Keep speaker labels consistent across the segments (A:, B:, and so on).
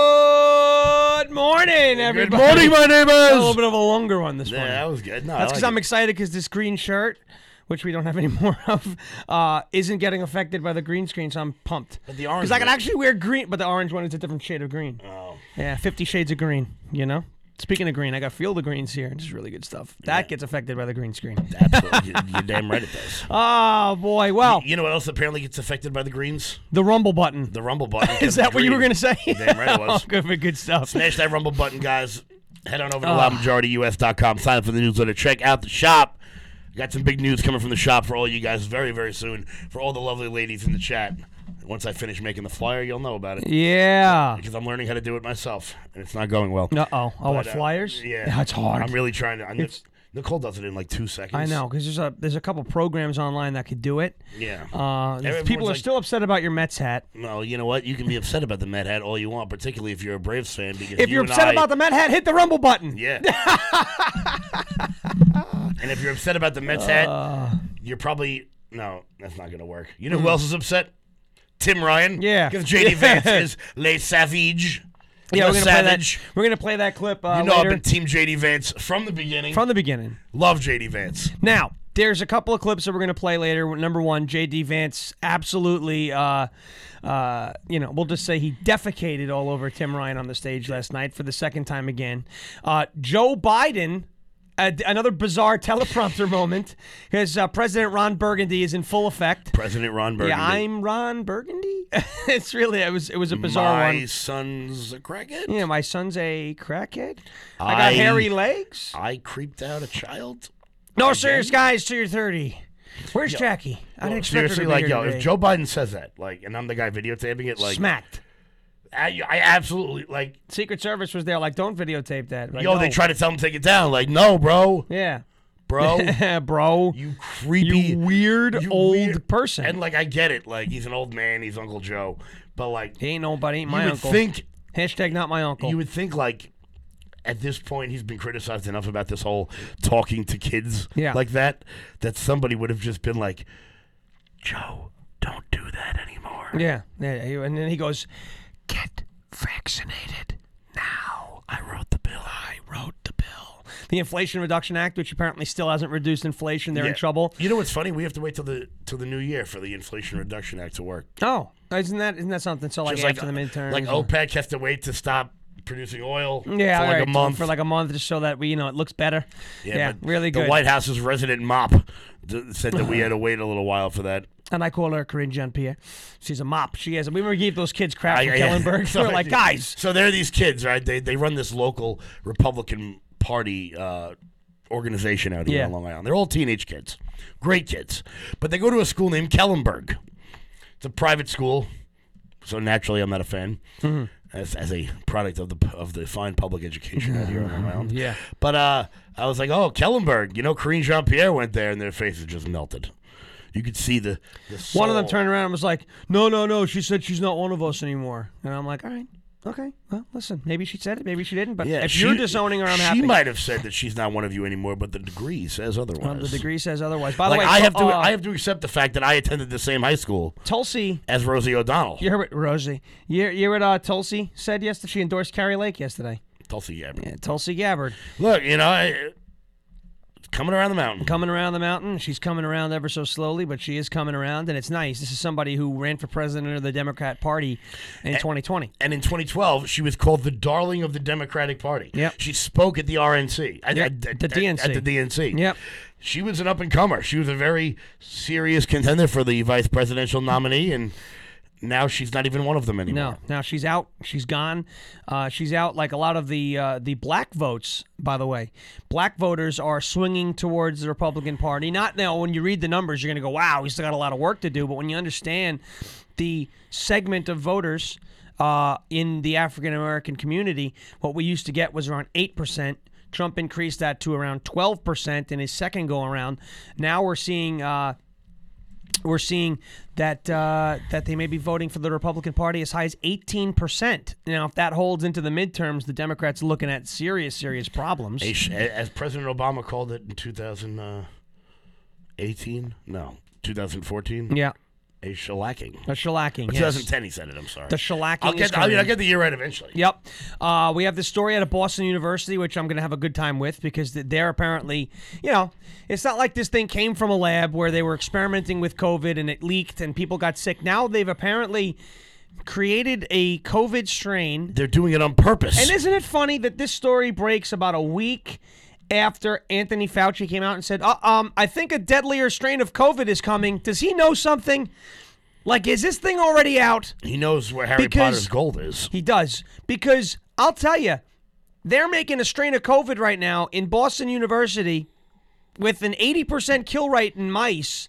A: Good morning,
B: Good
A: everybody.
B: morning, my
A: A little
B: neighbors.
A: bit of a longer one this
B: Yeah,
A: morning.
B: that was good. No,
A: That's
B: I
A: because
B: like
A: I'm excited because this green shirt, which we don't have any more of, uh, isn't getting affected by the green screen, so I'm pumped.
B: But the orange
A: Because I can
B: one-
A: actually wear green, but the orange one is a different shade of green.
B: it. Oh.
A: Yeah, 50 shades of green, you know? Speaking of green, I got Feel the Greens here. It's really good stuff. That gets affected by the green screen.
B: Absolutely. You- You're damn right it does.
A: Oh, boy. Well,
B: You know what else apparently gets affected by the greens?
A: the rumble button.
B: The rumble button.
A: Is that what you were going to say? Oh,
B: Damn right it was.
A: good, for good stuff.
B: Smash that rumble button, guys. Head on over to
A: Ah.
B: loudmajorityus.com. Sign up for the newsletter. Check out the shop. Got some big news coming from the shop for all you guys very, very soon. For all the lovely ladies in the chat. Once I finish making the flyer, you'll know about it.
A: Yeah.
B: Because I'm learning how to do it myself, and it's not going well.
A: Uh oh. Oh, what
B: But, uh,
A: flyers?
B: Yeah,
A: that's hard.
B: I'm really trying to. I'm just, Nicole does it in like two seconds.
A: I know because there's a there's a couple programs online that could do it.
B: Yeah.
A: Uh,
B: Everyone's
A: people are
B: like-
A: still upset about your Mets hat.
B: Well, you know what? You can be upset about the Met hat all you want, particularly if you're a Braves fan. Because
A: If
B: you
A: you're
B: and
A: upset
B: I-
A: about the Met hat, hit the rumble button.
B: yeah. and if you're upset about the Mets hat,
A: Uh.
B: you're probably no. That's not gonna work. You know who else is upset? Tim Ryan.
A: Mm. Yeah.
B: Because JD Vance
A: Yeah.
B: is Les Savage.
A: Yeah, we're
B: Le
A: gonna
B: Savage.
A: play that. We're gonna play that clip uh,
B: You know I've
A: later
B: been Team JD Vance from the beginning.
A: from the beginning.
B: Love JD Vance.
A: Now, there's a couple of clips that we're going to play later. Number one, J.D. Vance absolutely, uh, uh, you know, we'll just say he defecated all over Tim Ryan on the stage last night for the second time again. Uh, Joe Biden. a- Another bizarre teleprompter moment because uh, President Ron Burgundy is in full effect.
B: President Ron Burgundy.
A: Yeah, I'm Ron Burgundy. it's really it was it was a bizarre
B: My
A: one.
B: son's a crackhead.
A: Yeah, my son's a crackhead. I
B: I-
A: got hairy legs.
B: I creeped out a child.
A: No, serious guys, till you're 30. Where's Jackie? I didn't expect her
B: Seriously,
A: to be
B: like,
A: here
B: yo,
A: today.
B: if Joe Biden says that, like, and I'm the guy videotaping it, like,
A: smacked.
B: I, I absolutely, like,
A: Secret Service was there, like, don't videotape that. Like,
B: yo, they
A: no.
B: try to tell him to take it down. Like, no, bro,
A: Yeah,
B: bro,
A: bro.
B: you creepy,
A: You weird
B: you
A: old
B: weird-
A: person.
B: And like, I get it. Like, he's an old man. He's Uncle Joe, but like,
A: he ain't nobody. Ain't
B: you
A: my
B: would
A: uncle.
B: think,
A: Hashtag not my uncle.
B: you would think, like, at this point, he's been criticized enough about this whole talking to kids
A: Yeah.
B: like that that somebody would have just been like, Joe, don't do that anymore.
A: yeah. yeah. he- And then he goes, get vaccinated now.
B: I wrote the bill.
A: I wrote the bill. The Inflation Reduction Act, which apparently still hasn't reduced inflation. They're in
B: Yeah.
A: trouble.
B: You know what's funny? We have to wait till the till the new year for the Inflation Reduction Act to work.
A: Oh, isn't that isn't that something? So, like,
B: It's
A: after the midterms.
B: like
A: or-
B: OPEC has to wait to stop producing oil
A: Yeah,
B: for like
A: alright,
B: a month.
A: for like a month, just so that we, you know, it looks better. Yeah,
B: but
A: really good.
B: The White House's resident mop d- said that we had to wait a little while for that.
A: and I call her Corinne Jean Pierre. She's a mop. She is. And we remember gave those kids crap
B: I-
A: from
B: I-
A: Kellenberg.
B: so
A: We're like, guys,
B: So there are these kids, right? They they run this local Republican Party uh, organization out here
A: Yeah.
B: on Long Island. They're all teenage kids, great kids, but they go to a school named Kellenberg. It's a private school, so naturally, I'm not a fan.
A: Mm-hmm.
B: As, as a product of the p- of the fine public education out here on Long Island.
A: Yeah.
B: But uh, I was like, oh, Kellenberg. You know, Corinne Jean Pierre went there, and their faces just melted. You could see the, the
A: one of them
B: soul.
A: turned around and was like, no, no, no. She said she's not one of us anymore. And I'm like, all right, okay. Well, listen, maybe she said it, maybe she didn't. But if you're disowning her, I'm
B: she
A: happy.
B: might have said that she's not one of you anymore, but the degree says otherwise.
A: Um, the degree says otherwise. By the
B: Like
A: way,
B: I
A: Tul-
B: have to,
A: uh,
B: I have to accept the fact that I attended the same high school
A: Tulsi.
B: as Rosie O'Donnell.
A: uh, You heard what Rosie. You you heard what uh, Tulsi said yesterday. She endorsed Carrie Lake yesterday.
B: Tulsi Gabbard.
A: Yeah, Tulsi Gabbard.
B: Look, you know, I, coming around the mountain.
A: coming around the mountain. She's coming around ever so slowly, but she is coming around, and it's nice. This is somebody who ran for president of the Democrat Party in 2020.
B: And in 2012, she was called the darling of the Democratic Party.
A: Yep.
B: She spoke at the RNC. At,
A: Yep,
B: at- at-
A: the DNC.
B: At the DNC.
A: Yep.
B: She was an up and comer. She was a very serious contender for the vice presidential nominee, and now she's not even one of them anymore.
A: No, now she's out. She's gone. Uh, she's out. Like a lot of the uh, the black votes, by the way, black voters are swinging towards the Republican Party. Not now. When you read the numbers, you're going to go, "Wow, we still got a lot of work to do." But when you understand the segment of voters uh, in the African American community, what we used to get was around eight percent. Trump increased that to around twelve percent in his second go around. Now we're seeing. Uh, we're seeing that uh, that they may be voting for the Republican Party as high as 18%. Now, if that holds into the midterms, the Democrats are looking at serious, serious problems.
B: A sh- a- as President Obama called it in 2018? uh, No, 2014?
A: Yeah.
B: A shellacking.
A: A shellacking. yes.
B: 2010, he said it. I'm sorry.
A: The shellacking
B: I'll
A: is
B: get. I mean, I'll
A: coming.
B: get the year right eventually.
A: Yep. Uh, we have this story out of Boston University, which I'm going to have a good time with because th- they're apparently, you know, it's not like this thing came from a lab where they were experimenting with COVID and it leaked and people got sick. Now they've apparently created a COVID strain.
B: They're doing it on purpose.
A: And isn't it funny that this story breaks about a week after Anthony Fauci came out and said, uh, um, I think a deadlier strain of COVID is coming. Does he know something? Like, is this thing already out?
B: he knows where Harry
A: Because-
B: Potter's gold is.
A: He does. Because I'll tell you, they're making a strain of COVID right now in Boston University with an 80% kill rate in mice.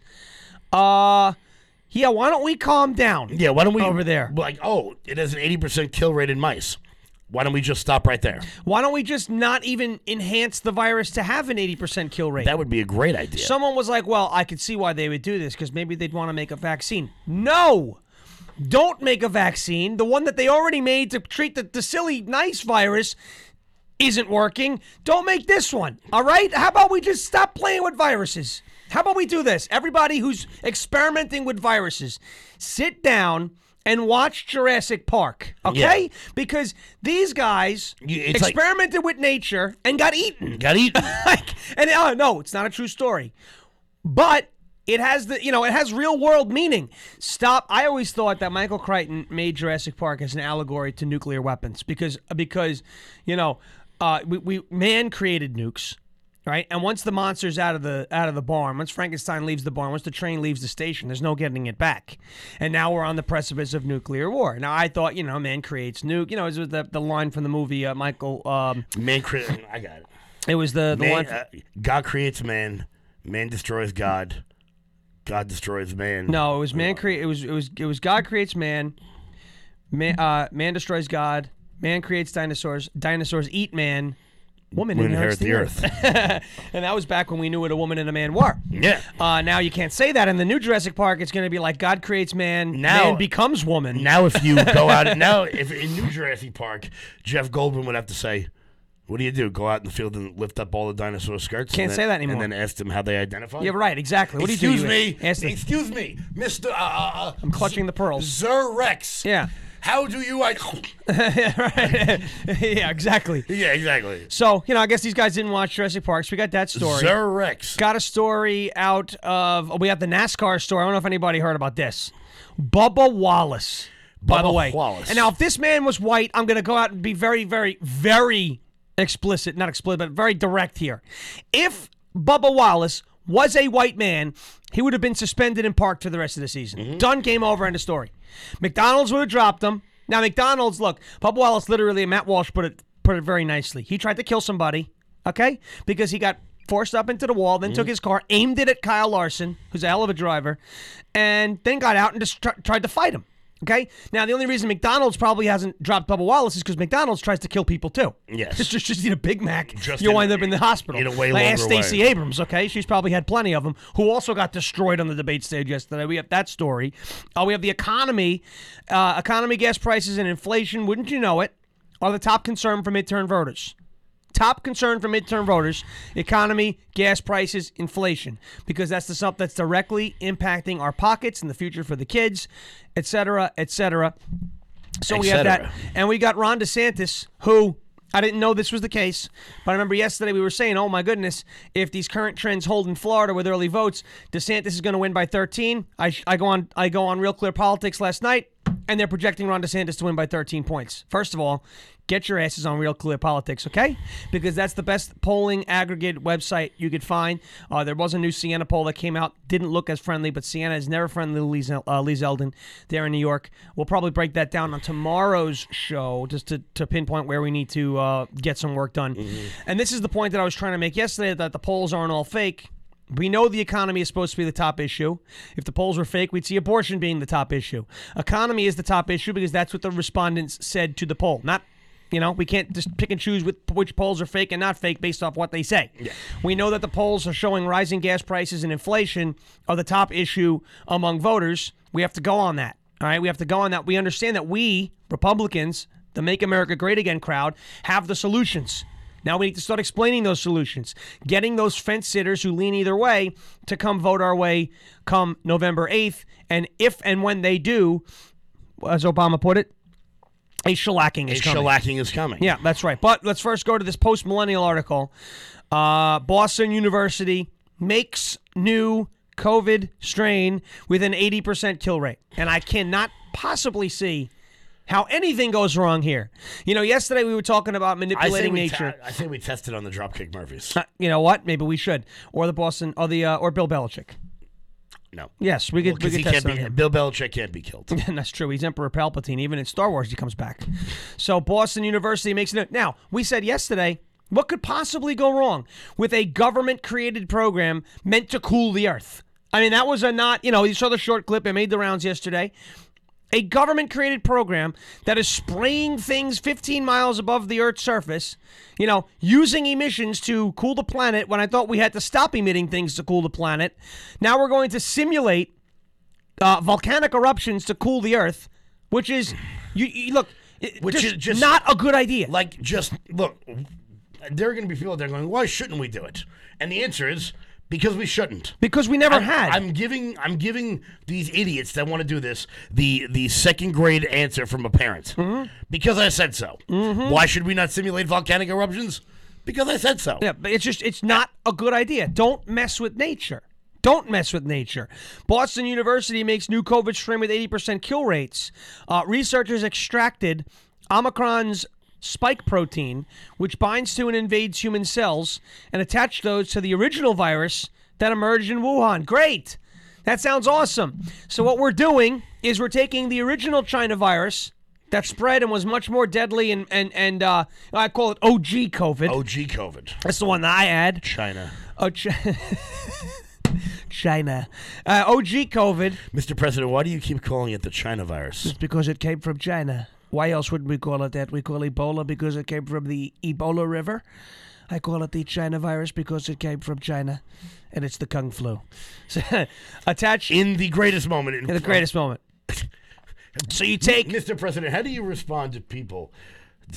A: Uh, yeah, why don't we calm down?
B: Yeah, why don't we
A: Over there.
B: Like, oh, it has an eighty percent kill rate in mice. Why don't we just stop right there?
A: Why don't we just not even enhance the virus to have an 80% kill rate?
B: That would be a great idea.
A: Someone was like, well, I could see why they would do this because maybe they'd want to make a vaccine. No! Don't make a vaccine. The one that they already made to treat the, the silly nice virus isn't working. Don't make this one. All right? How about we just stop playing with viruses? How about we do this? Everybody who's experimenting with viruses, sit down and watch Jurassic Park, okay? Because these guys
B: You- it's like-
A: experimented with nature and got eaten
B: Got eat.
A: like, and uh, no, it's not a true story, but it has the you know it has real world meaning. Stop. I always thought that Michael Crichton made Jurassic Park as an allegory to nuclear weapons because because you know uh, we, we man created nukes. Right, and once the monster's out of the out of the barn, once Frankenstein leaves the barn, once the train leaves the station, there's no getting it back. And now we're on the precipice of nuclear war. Now I thought, you know, man creates nuke. You know, it was the, the line from the movie uh, Michael. Um,
B: man, cre- I got it.
A: it was the the
B: Man-
A: one.
B: uh, God creates man. Man destroys God. God destroys man.
A: No, it was man create. It was it was it was God creates man. Man, uh, man destroys God. Man creates dinosaurs. Dinosaurs eat man. Woman
B: We
A: inherits the earth. and that was back when we knew what a woman and a man were.
B: yeah.
A: Uh, now you can't say that in the new Jurassic Park. It's going to be like God creates man,
B: Now-
A: man becomes woman.
B: Now, if you go out, and now if in New Jurassic Park, Jeff Goldblum would have to say, "What do you do? Go out in the field and lift up all the dinosaur skirts?" and
A: Can't
B: then-
A: say that anymore.
B: And then ask them how they identify.
A: yeah, right. Exactly. What
B: excuse
A: do you
B: me.
A: do? You ask them.
B: excuse me, Mister. Uh, uh, I'm
A: clutching the pearls.
B: Xerex.
A: Yeah.
B: How do you? I-
A: yeah, exactly.
B: yeah, exactly.
A: So you know, I guess these guys didn't watch Jurassic Park, so we got that story.
B: Xerex.
A: Got a story out of oh, we have the NASCAR story. I don't know if anybody heard about this. Bubba Wallace. by
B: Bubba
A: the way.
B: Wallace.
A: And now if this man was white, I'm gonna go out and be very, very, very explicit, not explicit, but very direct here. If Bubba Wallace was a white man, he would have been suspended and parked for the rest of the season.
B: Mm-hmm.
A: Done game over, end of story. McDonald's would have dropped him. Now McDonald's, look, Bubba Wallace literally and Matt Walsh put it put it very nicely. He tried to kill somebody, okay? Because he got forced up into the wall,
B: Mm-hmm.
A: then took his car, aimed it at Kyle Larson, who's a hell of a driver, and then got out and just tr- tried to fight him. Okay. Now the only reason McDonald's probably hasn't dropped Bubba Wallace is because McDonald's tries to kill people too.
B: Yes.
A: Just just, just eat a Big Mac,
B: Just
A: you
B: in-
A: wind up in the hospital.
B: in a way
A: like, ask
B: longer way.
A: Stacey Abrams. Okay, she's probably had plenty of them. Who also got destroyed on the debate stage yesterday. We have that story. Uh, we have the economy, uh, economy, gas prices, and inflation. Wouldn't you know it? Are the top concern for midterm voters top concern for midterm voters economy gas prices inflation because that's the stuff that's directly impacting our pockets and the future for the kids et cetera et cetera so we have that
B: cetera.
A: and we got ron desantis who i didn't know this was the case but i remember yesterday we were saying oh my goodness if these current trends hold in florida with early votes desantis is going to win by 13 I, sh- I go on i go on real clear politics last night and they're projecting Ron DeSantis to win by 13 points. First of all, get your asses on Real Clear Politics, okay? Because that's the best polling aggregate website you could find. Uh, there was a new Siena poll that came out, didn't look as friendly, but Siena is never friendly to Lee, Zel- uh, Lee Zeldin there in New York. We'll probably break that down on tomorrow's show just to, to pinpoint where we need to uh, get some work done. And this is the point that I was trying to make yesterday that the polls aren't all fake. We know the economy is supposed to be the top issue. If the polls were fake, we'd see abortion being the top issue. Economy is the top issue because that's what the respondents said to the poll. Not, you know, we can't just pick and choose with which polls are fake and not fake based off what they say. We know that the polls are showing rising gas prices and inflation are the top issue among voters. We have to go on that. All right, we have to go on that. We understand that we Republicans, the Make America Great Again crowd, have the solutions. Now we need to start explaining those solutions, getting those fence sitters who lean either way to come vote our way come November 8th. And if and when they do, as Obama put it, a shellacking
B: A
A: is coming.
B: shellacking is coming.
A: Yeah, that's right. But let's first go to this post millennial article. Uh, Boston University makes new COVID strain with an 80% kill rate. And I cannot possibly see how anything goes wrong here. You know, yesterday we were talking about
B: I think,
A: manipulating
B: we
A: nature.
B: I think we tested on the Dropkick Murphys.
A: Uh, you know what? Maybe we should. Or the Boston, or the, uh, or Bill Belichick.
B: No.
A: Yes, we could, we
B: Because
A: could
B: he
A: test
B: can't
A: on
B: be,
A: him.
B: Bill Belichick can't be killed.
A: And that's true. He's Emperor Palpatine. Even in Star Wars, he comes back. So Boston University makes it. Now, we said yesterday, what could possibly go wrong with a government created program meant to cool the earth? I mean, that was a not, you know, you saw the short clip. It made the rounds yesterday. A government created program that is spraying things 15 miles above the Earth's surface, you know, using emissions to cool the planet when I thought we had to stop emitting things to cool the planet. Now we're going to simulate uh, volcanic eruptions to cool the earth, which is, you, you look, it-
B: Which
A: just,
B: is just-
A: not a good idea.
B: Like, just look, there are going to be people out there going, why shouldn't we do it? And the answer is because we shouldn't.
A: because we never had.
B: I'm giving I'm giving these idiots that want to do this the the second grade answer from a parent
A: Mm-hmm.
B: because I said so. Why should we not simulate volcanic eruptions? Because I said so.
A: yeah, but it's just, it's not a good idea. Don't mess with nature. Don't mess with nature. Boston University makes new COVID strain with 80% kill rates. Uh, researchers extracted Omicron's spike protein, which binds to and invades human cells, and attached those to the original virus that emerged in Wuhan. Great. That sounds awesome. So what we're doing is we're taking the original China virus that spread and was much more deadly and and and uh, I call it OG COVID.
B: OG COVID.
A: That's the one that I had.
B: China.
A: Oh, Ch- China. Uh, OG COVID
B: Mr. President, why do you keep calling it the China virus?
A: because it came from China. Why else would we call it that? We call Ebola because it came from the Ebola River. I call it the China virus because it came from China, and it's the Kung flu. So, attached
B: In the greatest moment in
A: the greatest moment. So you take
B: Mr. President, how do you respond to people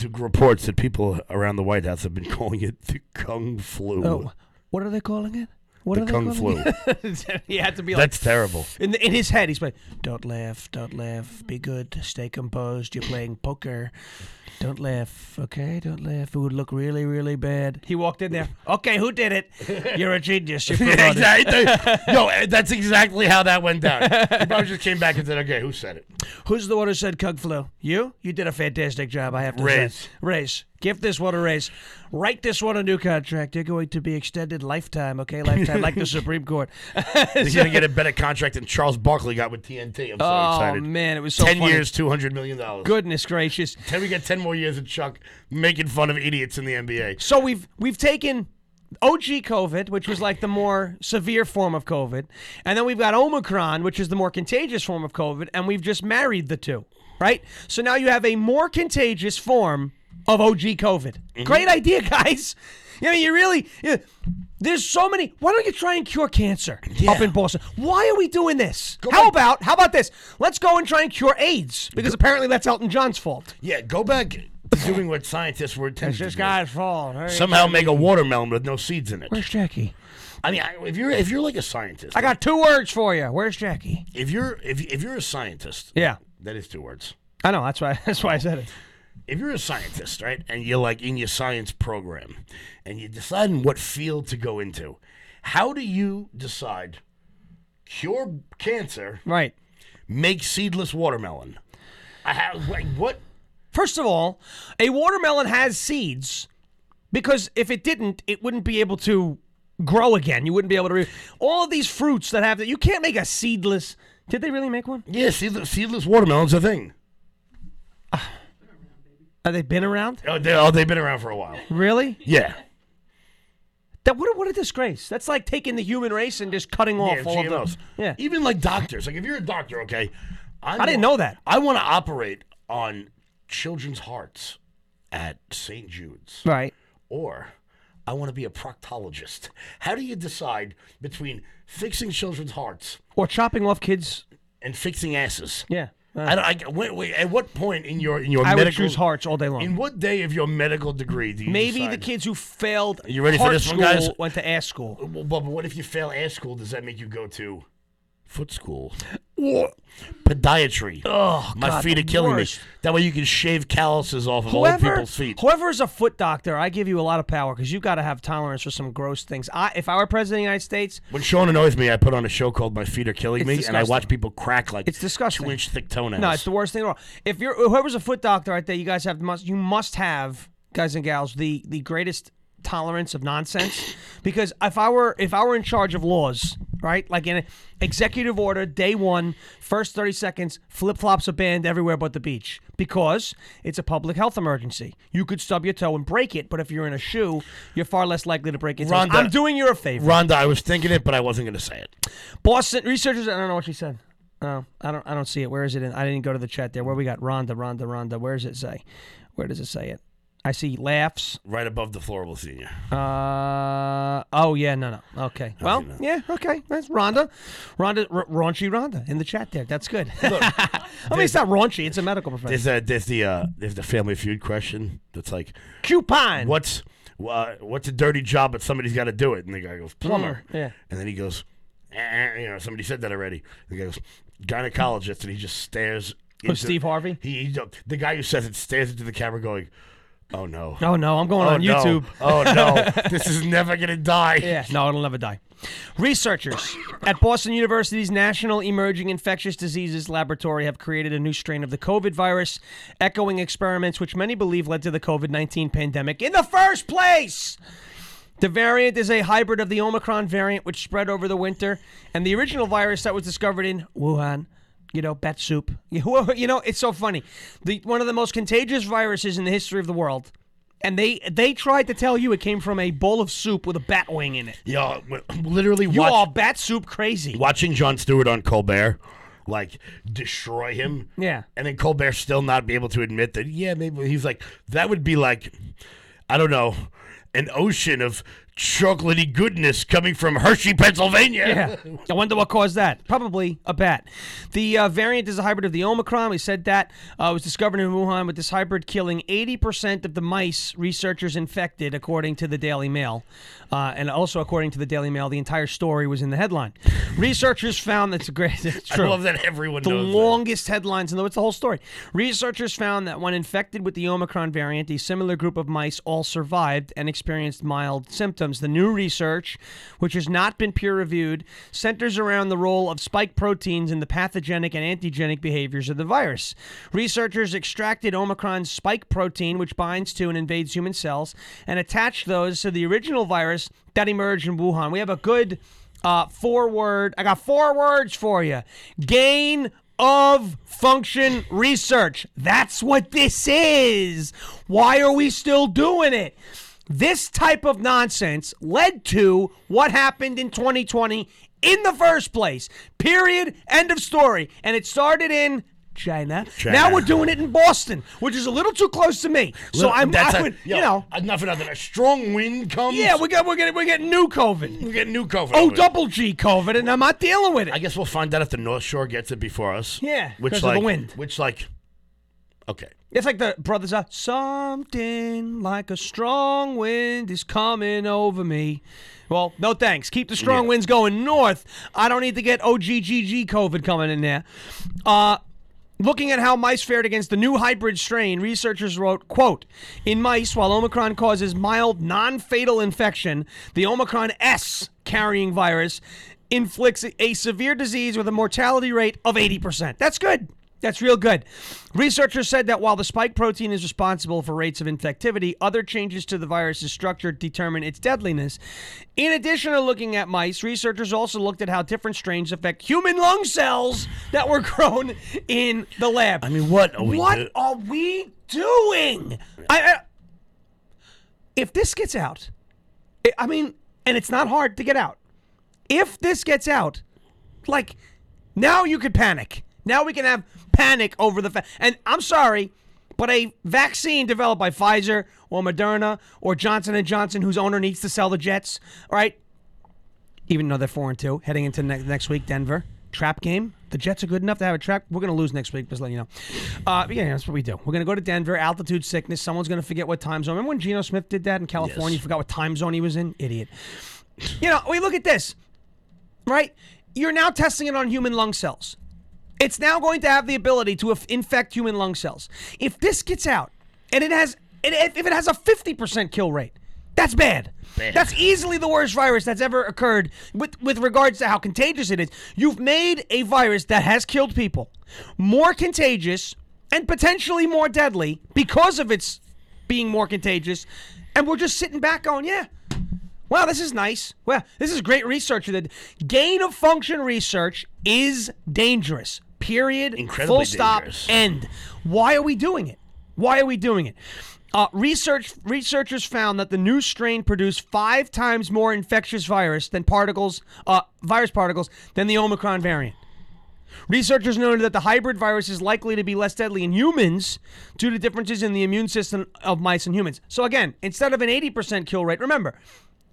B: to reports that people around the White House have been calling it the Kung Flu?
A: Oh, what are they calling it? What are
B: the
A: they
B: Kung
A: calling
B: Flu.
A: It? he had to be like
B: That's terrible.
A: in, the, in his head. He's like, "Don't laugh, don't laugh. Be good, stay composed. You're playing poker. Don't laugh, okay? Don't laugh. It would look really, really bad." He walked in there. Okay, who did it? You're a genius. You're
B: Yeah,
A: promoted."
B: exactly. No, eh, that's exactly how that went down. He probably just came back and said, "Okay, who said it?"
A: Who's the one who said Kung Flu? You? You did a fantastic job, I have to
B: Raise.
A: say. Raise. Give this one a raise. Write this one a new contract. You're going to be extended lifetime, okay? Lifetime, like the Supreme Court.
B: He's gonna get a better contract than Charles Barkley got with TNT. I'm so
A: oh,
B: excited.
A: man, it was so
B: Ten
A: funny.
B: years, two hundred million dollars.
A: Goodness gracious.
B: Then we get ten more years of Chuck making fun of idiots in the NBA.
A: So we've we've taken OG COVID, which was like the more severe form of COVID, and then we've got Omicron, which is the more contagious form of COVID, and we've just married the two, right? So now you have a more contagious form of OG COVID. Great idea, guys. I mean, you really. you- there's so many. Why don't you try and cure cancer up in Boston? Why are we doing this? how
B: back-
A: about how about this? Let's go and try and cure AIDS because apparently that's Elton John's fault.
B: Yeah, go back to doing what scientists were intended to do.
A: fault.
B: Somehow make a watermelon with no seeds in it.
A: Where's Jackie?
B: I mean, I- if you're if you're like a scientist,
A: I got two words for you. Where's Jackie?
B: if you're if if you're a scientist,
A: Yeah,
B: that is two words.
A: I know. That's why. That's why I said it.
B: if you're a scientist, right, and you're like in your science program and you're deciding what field to go into, how do you decide cure cancer,
A: Right.
B: make seedless watermelon? I have, like, what?
A: First of all, a watermelon has seeds because if it didn't, it wouldn't be able to grow again. You wouldn't be able to. Re- all of these fruits that have that, you can't make a seedless. Did they really make one?
B: Yeah, seedless, seedless watermelon's a thing.
A: Have they been around?
B: Oh, they, oh, they've been around for a while.
A: Really?
B: Yeah.
A: That what? A, what a disgrace. That's like taking the human race and just cutting off
B: Yeah,
A: all of
B: GMOs.
A: those. Yeah.
B: Even like doctors. Like, if you're a doctor, okay, I'm,
A: I didn't know that.
B: I want to operate on children's hearts at St. Jude's.
A: Right.
B: or I want to be a proctologist. How do you decide between fixing children's hearts
A: Or chopping off kids.
B: and fixing asses?
A: Yeah.
B: I don't, I, wait, wait, at what point in your in your
A: I would
B: medical
A: choose hearts all day long.
B: in what day of your medical degree do you
A: Maybe the
B: decide-
A: kids who failed
B: You ready for
A: heart
B: this one,
A: school
B: guys?
A: went to ass school.
B: Well, but what if you fail air school? Does that make you go to foot school? Podiatry.
A: Oh,
B: My
A: God,
B: feet
A: the
B: are killing
A: worst.
B: me. That way you can shave calluses off of old
A: Whoever,
B: people's feet.
A: whoever is a foot doctor, I give you a lot of power because you've got to have tolerance for some gross things. I, if I were president of the United States,
B: When Sean annoys me, I put on a show called My Feet Are Killing
A: It's
B: Me, and I
A: disgusting.
B: watch people crack like
A: It's disgusting.
B: two inch thick toenails.
A: no, it's the worst thing in the world. If you're whoever's a foot doctor out there, you guys have must you must have guys and gals the the greatest tolerance of nonsense because if I were if I were in charge of laws, right? Like in an executive order, day one, first thirty seconds, flip flops are banned everywhere but the beach because it's a public health emergency. You could stub your toe and break it, but if you're in a shoe, you're far less likely to break your toe.
B: Rhonda-
A: I'm doing you a favor.
B: Rhonda, I was thinking it, but I wasn't going to say it.
A: Boston researchers. I don't know what she said. Oh, I don't. I don't see it. Where is it? In? I didn't go to the chat there. Where we got Rhonda, Rhonda, Rhonda. Where does it say? Where does it say it? I see laughs.
B: Right above the floral senior.
A: Uh oh yeah no no okay well yeah okay that's Rhonda, Rhonda r- raunchy Rhonda in the chat there that's good. I mean it's not raunchy it's a medical profession.
B: There's, a, there's, the, uh, there's the family feud question that's like,
A: Coupon.
B: what's uh, what's a dirty job, but somebody's got to do it? And the guy goes, plumber.
A: Hmm, yeah.
B: And then he goes, eh, eh, you know, somebody said that already. The guy goes, gynecologist, and he just stares.
A: Oh, Steve Harvey?
B: He, he- the guy who says it stares into the camera, going, "Oh no,
A: Oh no I'm going
B: oh
A: on
B: no,
A: YouTube.
B: oh no, this is never gonna die."
A: Yeah, no, it'll never die. Researchers at Boston University's National Emerging Infectious Diseases Laboratory have created a new strain of the COVID virus, echoing experiments which many believe led to the COVID 19 pandemic in the first place. The variant is a hybrid of the Omicron variant, which spread over the winter, and the original virus that was discovered in Wuhan. You know, bat soup. You know, it's so funny. The one of the most contagious viruses in the history of the world, and they they tried to tell you it came from a bowl of soup with a bat wing in it.
B: Y'all, w- literally
A: You
B: watch-
A: all bat soup crazy.
B: watching John Stewart on Colbert, like destroy him.
A: Yeah.
B: And then Colbert still not be able to admit that. Yeah, maybe he's like that would be like, I don't know, an ocean of chocolatey goodness coming from Hershey, Pennsylvania.
A: Yeah. I wonder what caused that. Probably a bat. The uh, variant is a hybrid of the Omicron. We said that. Uh, it was discovered in Wuhan with this hybrid killing 80% of the mice researchers infected, according to the Daily Mail. Uh, and also, according to the Daily Mail, the entire story was in the headline. researchers found that's a great. It's
B: I
A: true.
B: love that everyone
A: the
B: knows. that.
A: longest headlines in the it's the whole story. Researchers found that when infected with the Omicron variant, a similar group of mice all survived and experienced mild symptoms. The new research, which has not been peer reviewed, centers around the role of spike proteins in the pathogenic and antigenic behaviors of the virus. Researchers extracted Omicron's spike protein, which binds to and invades human cells, and attached those to the original virus that emerged in Wuhan. We have a good uh, four word. I got four words for you. Gain of function research. That's what this is. Why are we still doing it? This type of nonsense led to what happened in 2020 in the first place. Period. End of story. And it started in. China.
B: China.
A: Now we're doing it in Boston, which is a little too close to me. So I'm,
B: That's
A: I
B: a-
A: would,
B: yo, uh,
A: you know,
B: enough of nothing. A strong wind comes.
A: yeah, we got, we're getting, we're getting new COVID,
B: we get new COVID.
A: O double G COVID, and I'm not dealing with it.
B: I guess we'll find out if the North Shore gets it before us.
A: Yeah,
B: which
A: 'cause of the
B: like
A: wind.
B: Which like, okay.
A: It's like the brothers are something like a strong wind is coming over me. Well, no thanks. Keep the strong
B: Yeah.
A: winds going north. I don't need to get OGGG COVID coming in there. Uh, looking at how mice fared against the new hybrid strain, researchers wrote, quote, in mice, while Omicron causes mild, non-fatal infection, the Omicron S carrying virus inflicts a severe disease with a mortality rate of 80%. That's good. That's real good. Researchers said that while the spike protein is responsible for rates of infectivity, other changes to the virus's structure determine its deadliness. In addition to looking at mice, researchers also looked at how different strains affect human lung cells that were grown in the lab.
B: I mean, what are we?
A: what
B: do-
A: are we doing? I, I, if this gets out, I- I mean, and it's not hard to get out. If this gets out, like now you could panic. Now we can have panic over the fact. And I'm sorry, but a vaccine developed by Pfizer or Moderna or Johnson and Johnson, whose owner needs to sell the Jets, all right? Even though they're four and two, heading into ne- next week, Denver. trap game. The Jets are good enough to have a trap. We're going to lose next week, just letting you know. Uh, but yeah, that's what we do. We're going to go to Denver, altitude sickness. Someone's going to forget what time zone. Remember when Geno Smith did that in California?
B: Yes.
A: He forgot what time zone he was in? Idiot. You know, we look at this, right? You're now testing it on human lung cells. It's now going to have the ability to inf- infect human lung cells. If this gets out, and it has, and if if it has a 50% kill rate, that's bad.
B: Bad.
A: That's easily the worst virus that's ever occurred with, with regards to how contagious it is. You've made a virus that has killed people more contagious and potentially more deadly because of its being more contagious. And we're just sitting back going, yeah, Wow, this is nice. Well, this is great research. That gain of function research is dangerous. Period.
B: Incredibly
A: Full stop.
B: dangerous.
A: End. Why are we doing it? Why are we doing it? Uh, research researchers found that the new strain produced five times more infectious virus than particles, uh, virus particles, than the Omicron variant. Researchers noted that the hybrid virus is likely to be less deadly in humans due to differences in the immune system of mice and humans. So, again, instead of an 80% kill rate, remember,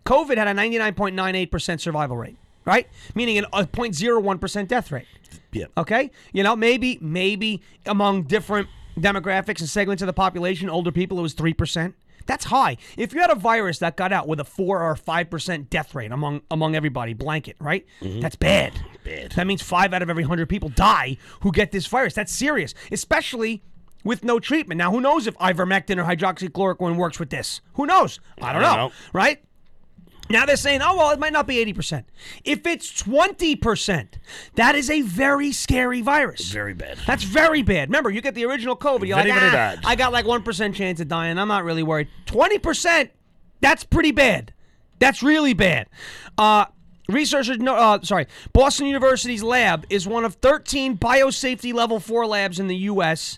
A: COVID had a 99.98% survival rate, right? Meaning an, a 0.01% death rate.
B: Yeah.
A: Okay? You know, maybe, maybe among different demographics and segments of the population, older people, it was 3%. That's high. If you had a virus that got out with a 4 or 5% death rate among among everybody, blanket, right? That's bad.
B: Bad.
A: That means five out of every hundred people die who get this virus. That's serious, especially with no treatment. Now, who knows if ivermectin or hydroxychloroquine works with this? Who knows? I don't,
B: I don't
A: know,
B: know.
A: right? Now they're saying, oh, well, it might not be 80%. If it's 20%, that is a very scary virus.
B: Very bad.
A: That's very bad. Remember, you get the original COVID. You're
B: Very,
A: like,
B: very
A: ah,
B: bad.
A: I got like 1% chance of dying. I'm not really worried. 20%, that's pretty bad. That's really bad. Uh, researchers, no, uh, sorry, Boston University's lab is one of 13 biosafety level 4 labs in the U.S.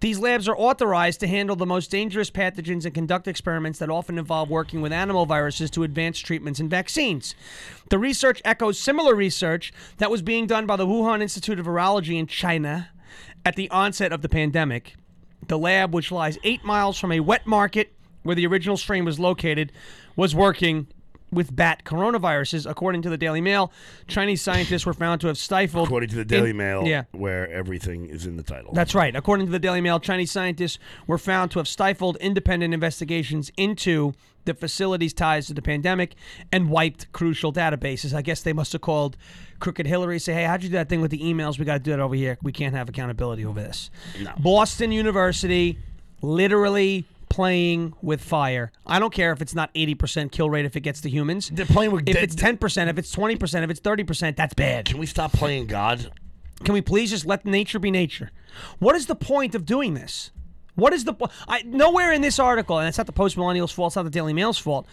A: These labs are authorized to handle the most dangerous pathogens and conduct experiments that often involve working with animal viruses to advance treatments and vaccines. The research echoes similar research that was being done by the Wuhan Institute of Virology in China at the onset of the pandemic. The lab, which lies eight miles from a wet market where the original strain was located, was working with bat coronaviruses. According to the Daily Mail, Chinese scientists were found to have stifled.
B: According to the Daily
A: in-
B: Mail,
A: Yeah.
B: where everything is in the title.
A: That's right. According to the Daily Mail, Chinese scientists were found to have stifled independent investigations into the facility's ties to the pandemic and wiped crucial databases. I guess they must have called Crooked Hillary, say, "Hey, how'd you do that thing with the emails? We got to do that over here. We can't have accountability over this."
B: No.
A: Boston University, literally playing with fire. I don't care if it's not 80% kill rate if it gets to humans.
B: They're playing with
A: If
B: dead-
A: it's 10%, if it's 20%, if it's 30%, that's bad.
B: Can we stop playing God?
A: Can we please just let nature be nature? What is the point of doing this? What is the po- I nowhere in this article, and it's not the post millennials' fault, it's not the Daily Mail's fault.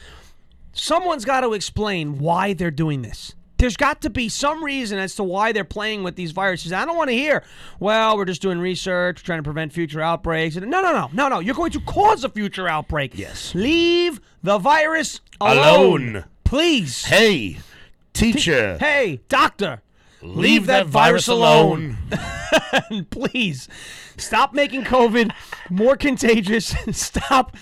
A: Someone's got to explain why they're doing this. There's got to be some reason as to why they're playing with these viruses. I don't want to hear, well, we're just doing research, trying to prevent future outbreaks. No, no, no, no, no. You're going to cause a future outbreak.
B: Yes.
A: Leave the virus alone.
B: Alone.
A: Please.
B: Hey, teacher,
A: Hey, doctor, leave that virus alone. Please stop making COVID more contagious. stop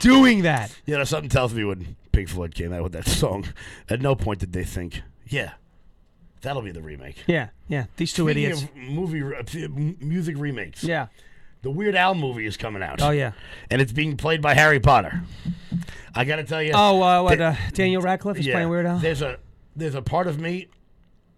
A: doing that.
B: You know, something tells me when Pink Floyd came out with that song, at no point did they think, yeah, that'll be the remake.
A: Yeah, yeah. These two
B: Speaking
A: idiots.
B: of movie, re- uh, p- m- music remakes.
A: yeah.
B: The Weird Al movie is coming out.
A: Oh yeah.
B: And it's being played by Harry Potter. I gotta tell you.
A: Oh, uh, what?
B: the-
A: Uh, Daniel Radcliffe is
B: yeah,
A: playing Weird Al.
B: There's a there's a part of me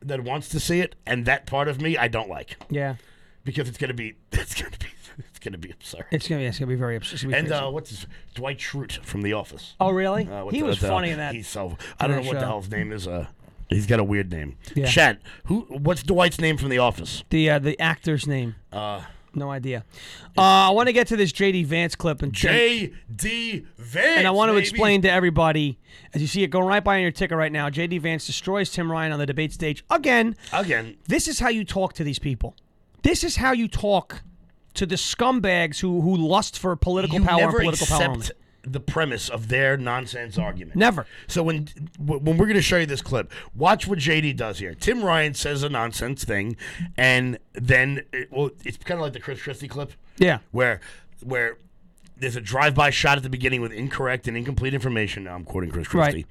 B: that wants to see it, and that part of me I don't like
A: yeah.
B: because it's gonna be it's gonna be it's gonna be absurd.
A: It's gonna. Yeah, it's gonna be very. It's gonna be
B: and
A: crazy.
B: uh, what's his, Dwight Schrute from The Office?
A: oh really?
B: Uh, what's
A: he
B: the-
A: was
B: the-
A: funny in that.
B: He's so I don't
A: that
B: know what the
A: show.
B: hell his name is. Uh, he's got a weird name.
A: Yeah.
B: Chat. Who? What's Dwight's name from The Office?
A: The uh, the actor's name.
B: Uh,
A: No idea. Uh, I want to get to this JD Vance clip and
B: J.D. Vance.
A: And I want to
B: baby.
A: explain to everybody, as you see it going right by on your ticker right now, JD Vance destroys Tim Ryan on the debate stage again.
B: again.
A: This is how you talk to these people. This is how you talk to the scumbags who, who lust for political
B: You
A: power and
B: never
A: political power. only.
B: accept the premise of their nonsense argument.
A: Never.
B: So when when we're going to show you this clip, watch what JD does here. Tim Ryan says a nonsense thing, and then it, well, it's kind of like the Chris Christie clip.
A: Yeah.
B: where where there's a drive-by shot at the beginning with incorrect and incomplete information. Now I'm quoting Chris
A: Right.
B: Christie,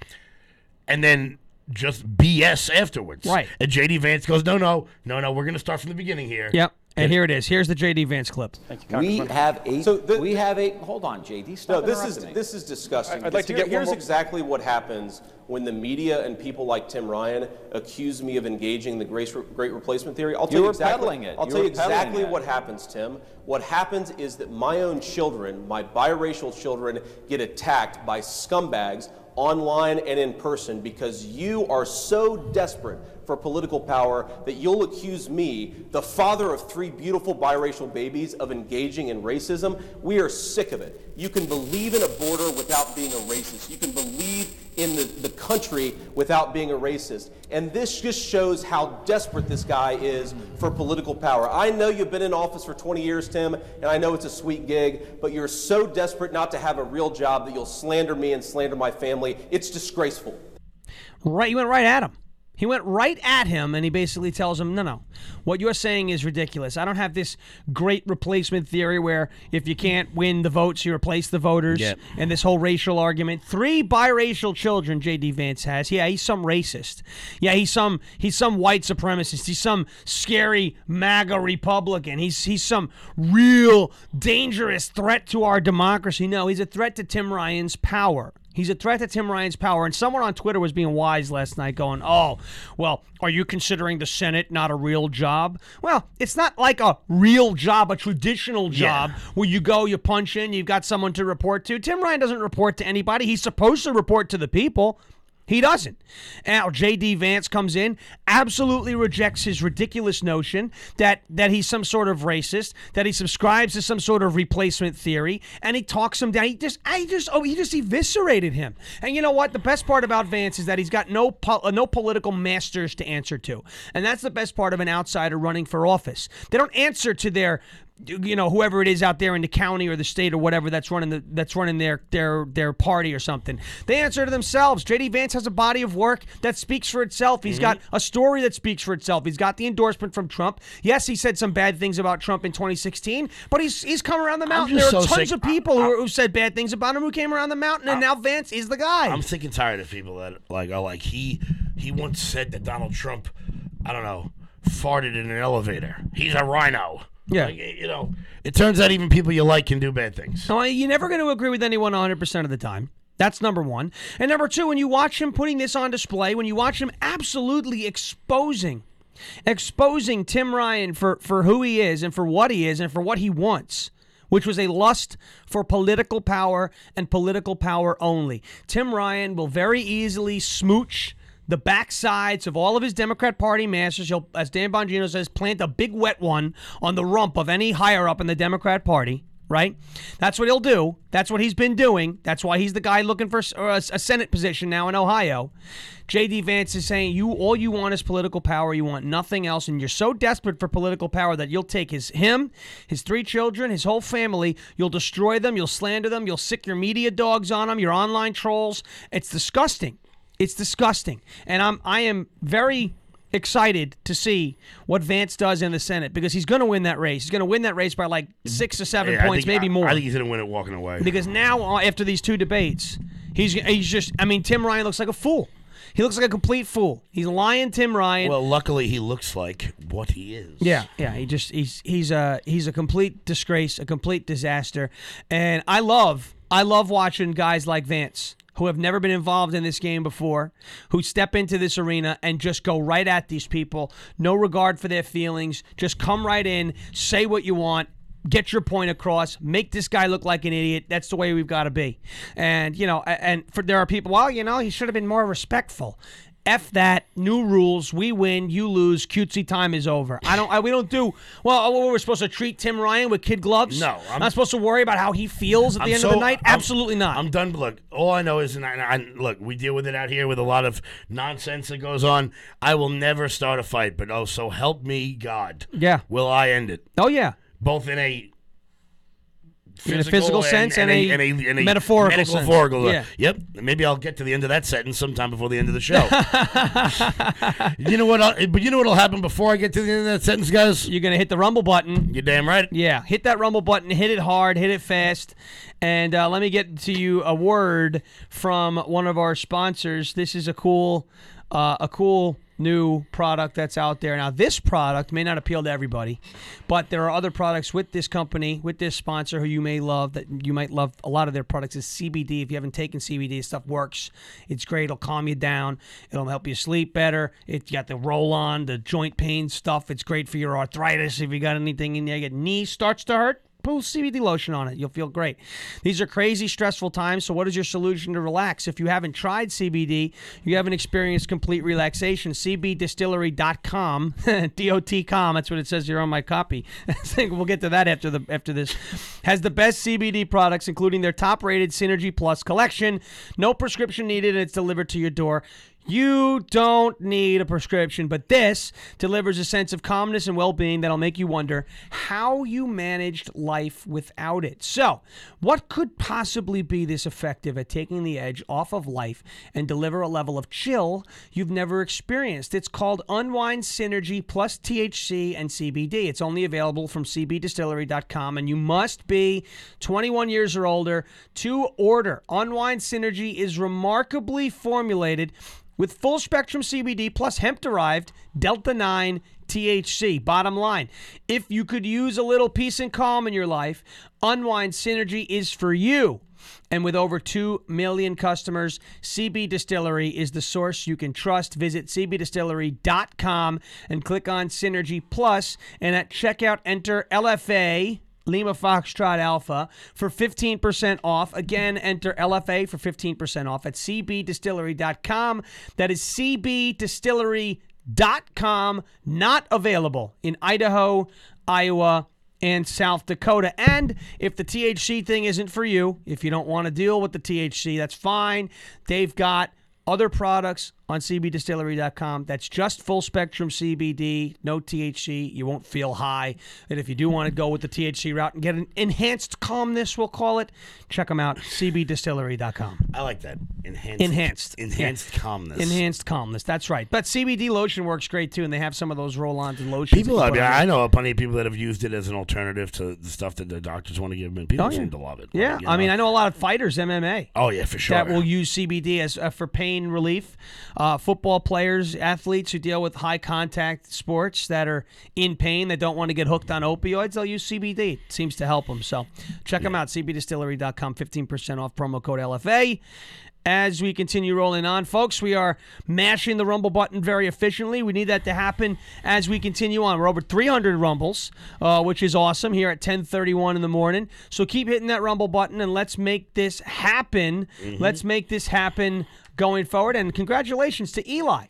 B: and then just BS afterwards.
A: Right.
B: And JD Vance goes, no, no, no, no, we're going to start from the beginning here.
A: Yep. And here it is. Here's the JD Vance clip.
C: We have eight.
D: So the-
C: we have eight. Hold on, JD. Stop
D: No, this is
C: interrupting me.
D: this is disgusting.
E: I- I'd
D: because
E: like to
D: here-
E: get one
D: Here's
E: more-
D: exactly what happens when the media and people like Tim Ryan accuse me of engaging the great, great replacement theory. I'll tell you
C: were
D: exactly.
C: peddling it.
D: I'll
C: You
D: tell you
C: were peddling
D: exactly
C: it.
D: what happens, Tim. What happens is that my own children, my biracial children, get attacked by scumbags online and in person because you are so desperate for political power that you'll accuse me, the father of three beautiful biracial babies, of engaging in racism. We are sick of it. You can believe in a border without being a racist. You can believe in the, the country without being a racist. And this just shows how desperate this guy is for political power. I know you've been in office for 20 years, Tim, and I know it's a sweet gig, but you're so desperate not to have a real job that you'll slander me and slander my family. It's disgraceful.
A: Right, he went right at him. He went right at him, and he basically tells him, "No, no, what you're saying is ridiculous. I don't have this great replacement theory where if you can't win the votes, you replace the voters,
B: Yeah.
A: and this whole racial argument. Three biracial children, J.D. Vance has. Yeah, he's some racist. Yeah, he's some he's some white supremacist. He's some scary MAGA Republican. He's he's some real dangerous threat to our democracy. No, he's a threat to Tim Ryan's power." He's a threat to Tim Ryan's power. And someone on Twitter was being wise last night, going, Oh, well, are you considering the Senate not a real job? Well, it's not like a real job, a traditional job where you go, you punch in, you've got someone to report to. Tim Ryan doesn't report to anybody. He's supposed to report to the people. He doesn't. Now J.D. Vance comes in, absolutely rejects his ridiculous notion that that he's some sort of racist, that he subscribes to some sort of replacement theory, and he talks him down. He just, I just, oh, he just eviscerated him. And you know what? The best part about Vance is that he's got no po- uh, no political masters to answer to, and that's the best part of an outsider running for office. They don't answer to their you know whoever it is out there in the county or the state or whatever that's running the that's running their their their party or something. They answer to themselves. JD Vance has a body of work that speaks for itself. He's got
B: Mm-hmm.
A: a story that speaks for itself. He's got the endorsement from Trump. Yes, he said some bad things about Trump in 2016, but he's he's come around the mountain. There are
B: just so
A: tons
B: sick-
A: of people who, who said bad things about him who came around the mountain, and now Vance is the guy.
B: I'm sick and tired of people that like are like he he once said that Donald Trump, I don't know, farted in an elevator. He's a rhino.
A: Yeah.
B: Like, eh, you know, it turns out even people you like can do bad things.
A: No, uh, you're never going to agree with anyone 100% of the time. That's number one. And number two, when you watch him putting this on display, when you watch him absolutely exposing, exposing Tim Ryan for, for who he is and for what he is and for what he wants, which was a lust for political power and political power only. Tim Ryan will very easily smooch the backsides of all of his Democrat Party masters. He'll, as Dan Bongino says, plant a big wet one on the rump of any higher up in the Democrat Party right? That's what he'll do. That's what he's been doing. That's why he's the guy looking for uh, s- or a, a Senate position now in Ohio. JD Vance is saying you all you want is political power. You want nothing else, and you're so desperate for political power that you'll take his him, his three children, his whole family. You'll destroy them. You'll slander them. You'll sick your media dogs on them. Your online trolls. It's disgusting. It's disgusting. And I'm I am very excited to see what Vance does in the Senate because he's going to win that race. He's going to win that race by like six or seven
B: Yeah, I
A: points,
B: think-
A: maybe
B: I-
A: more.
B: I think he's gonna win it walking away.
A: because now uh, after these two debates, he's he's just. I mean, Tim Ryan looks like a fool. He looks like a complete fool. He's lying, Tim Ryan.
B: well, luckily he looks like what he is.
A: Yeah, yeah. He just he's he's a he's a complete disgrace, a complete disaster. And I love I love watching guys like Vance who have never been involved in this game before, who step into this arena and just go right at these people, no regard for their feelings, just come right in, say what you want. Get your point across. Make this guy look like an idiot. That's the way we've got to be. And you know, a- and for there are people. Well, you know, he should have been more respectful. F that. New rules. We win. You lose. Cutesy time is over. I don't. I, we don't do. Well, oh, we're supposed to treat Tim Ryan with kid gloves.
B: No, I'm-
A: I'm not supposed to worry about how he feels at the
B: I'm
A: end of the
B: so-
A: night.
B: I'm-
A: Absolutely not.
B: I'm done. Look, all I know is, and I, and I- look, we deal with it out here with a lot of nonsense that goes on. I will never start a fight, but oh, so help me God.
A: Yeah.
B: Will I end it?
A: oh yeah.
B: Both in a
A: In a physical sense and a metaphorical sense.
B: metaphorical-
A: Yeah.
B: Yep. Maybe I'll get to the end of that sentence sometime before the end of the show. you know what? I'll, but you know what'll happen before I get to the end of that sentence, guys?
A: You're gonna hit the rumble button.
B: You're damn right.
A: Yeah, hit that rumble button. Hit it hard. Hit it fast. And uh, let me get to you a word from one of our sponsors. This is a cool. uh, a cool new product that's out there. Now, this product may not appeal to everybody, but there are other products with this company, with this sponsor who you may love that you might love a lot of their products is CBD. If you haven't taken CBD, stuff works. It's great. It'll calm you down. It'll help you sleep better. It you got the roll on, the joint pain stuff. It's great for your arthritis. If you got anything in there, your knee starts to hurt, put CBD lotion on it. You'll feel great. These are crazy stressful times. So, what is your solution to relax? If you haven't tried CBD, you haven't experienced complete relaxation. CBDistillery.com, dot That's what it says here on my copy. I think we'll get to that after the after this. Has the best CBD products, including their top-rated Synergy Plus collection. No prescription needed, and it's delivered to your door. You don't need a prescription, but this delivers a sense of calmness and well being that'll make you wonder how you managed life without it. So, what could possibly be this effective at taking the edge off of life and deliver a level of chill you've never experienced? It's called Unwind Synergy plus THC and CBD. It's only available from cbdistillery.com, and you must be 21 years or older to order. Unwind Synergy is remarkably formulated with full spectrum CBD plus hemp derived Delta 9 THC. Bottom line, if you could use a little peace and calm in your life, Unwind Synergy is for you. And with over 2 million customers, CB Distillery is the source you can trust. Visit cbdistillery.com and click on Synergy Plus, and at checkout, enter LFA. Lima Foxtrot Alpha for 15% off. Again, enter LFA for 15% off at cbdistillery.com. That is cbdistillery.com. Not available in Idaho, Iowa, and South Dakota. And if the THC thing isn't for you, if you don't want to deal with the THC, that's fine. They've got other products on cbdistillery.com. That's just full spectrum CBD, no THC. You won't feel high. And if you do want to go with the THC route and get an enhanced calmness, we'll call it, check them out, cbdistillery.com.
B: I like that. Enhanced.
A: Enhanced.
B: Enhanced calmness.
A: Enhanced calmness. That's right. But CBD lotion works great too, and they have some of those roll-ons and lotions.
B: People,
A: that
B: I
A: you put
B: mean,
A: on
B: I know plenty of people that have used it as an alternative to the stuff that the doctors want to give them. and People
A: Oh, yeah.
B: seem to love it.
A: Yeah,
B: Like, you
A: I mean, I know a lot of fighters, MMA.
B: Oh yeah, for sure.
A: That will use CBD as uh, for pain relief. Uh, football players, athletes who deal with high contact sports that are in pain that don't want to get hooked on opioids, they'll use CBD. It seems to help them. So check them out. CBDistillery.com, 15% off promo code LFA. As we continue rolling on, folks, we are mashing the rumble button very efficiently. We need that to happen as we continue on. We're over 300 rumbles, uh, which is awesome here at 10:31 in the morning. So keep hitting that rumble button and let's make this happen.
B: Mm-hmm.
A: Let's make this happen going forward. And congratulations to Eli.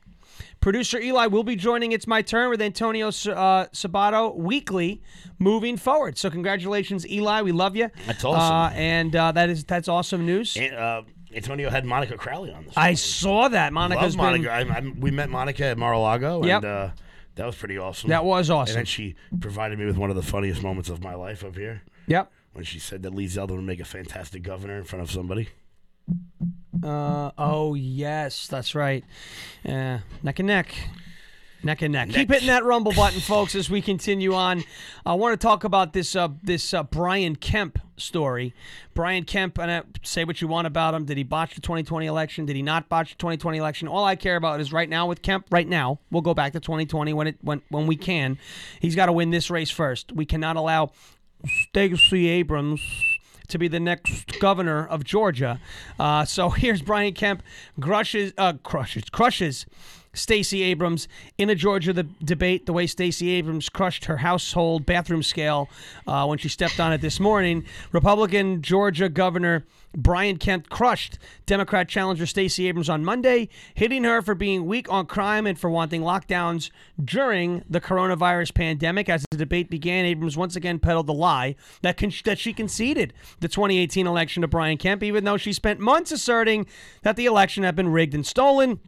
A: Producer Eli will be joining It's My Turn with Antonio uh, Sabato weekly moving forward. So congratulations, Eli. We love you.
B: That's awesome.
A: Uh, and uh, that is that's awesome news.
B: And, uh, Antonio had Monica Crowley on this.
A: I saw that Monica's
B: love
A: been-
B: Monica. I, I, we met Monica at Mar-a-Lago,
A: Yep.
B: and uh, that was pretty awesome.
A: That was awesome.
B: And then she provided me with one of the funniest moments of my life up here
A: Yep.
B: when she said that Lee Zeldin would make a fantastic governor in front of somebody.
A: Uh, oh yes, that's right. Yeah, neck and neck. Neck and neck. Keep hitting that rumble button, folks, as we continue on. I want to talk about this uh, this uh, Brian Kemp story. Brian Kemp, and uh, say what you want about him. Did he botch the 2020 election? Did he not botch the 2020 election? All I care about is right now with Kemp. Right now, we'll go back to 2020 when it when when we can. He's got to win this race first. We cannot allow Stacey Abrams to be the next governor of Georgia. Uh, so here's Brian Kemp crushes, uh, crushes, crushes Stacey Abrams in a Georgia the debate. The way Stacey Abrams crushed her household bathroom scale uh, when she stepped on it this morning. Republican Georgia Governor Brian Kemp crushed Democrat challenger Stacey Abrams on Monday, hitting her for being weak on crime and for wanting lockdowns during the coronavirus pandemic. As the debate began, Abrams once again peddled the lie that con- that she conceded the 2018 election to Brian Kemp, even though she spent months asserting that the election had been rigged and stolen.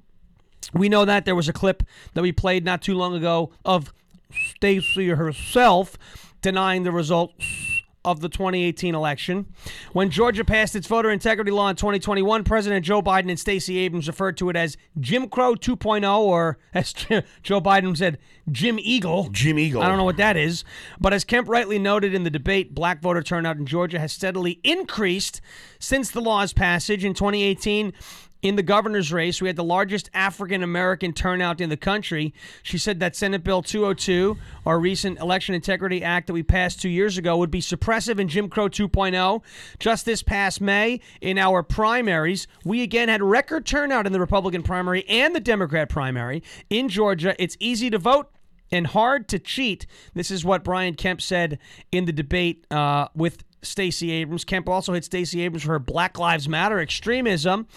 A: We know that there was a clip that we played not too long ago of Stacey herself denying the results of the 2018 election. When Georgia passed its voter integrity law in 2021, President Joe Biden and Stacey Abrams referred to it as Jim Crow 2.0, or as Joe Biden said, Jim Eagle.
B: Jim Eagle.
A: I don't know what that is. But as Kemp rightly noted in the debate, black voter turnout in Georgia has steadily increased since the law's passage in 2018. In the governor's race, we had the largest African American turnout in the country. She said that Senate Bill 202, our recent Election Integrity Act that we passed two years ago, would be suppressive in Jim Crow 2.0. Just this past May, in our primaries, we again had record turnout in the Republican primary and the Democrat primary. In Georgia, it's easy to vote and hard to cheat. This is what Brian Kemp said in the debate uh, with Stacey Abrams. Kemp also hit Stacey Abrams for her Black Lives Matter extremism,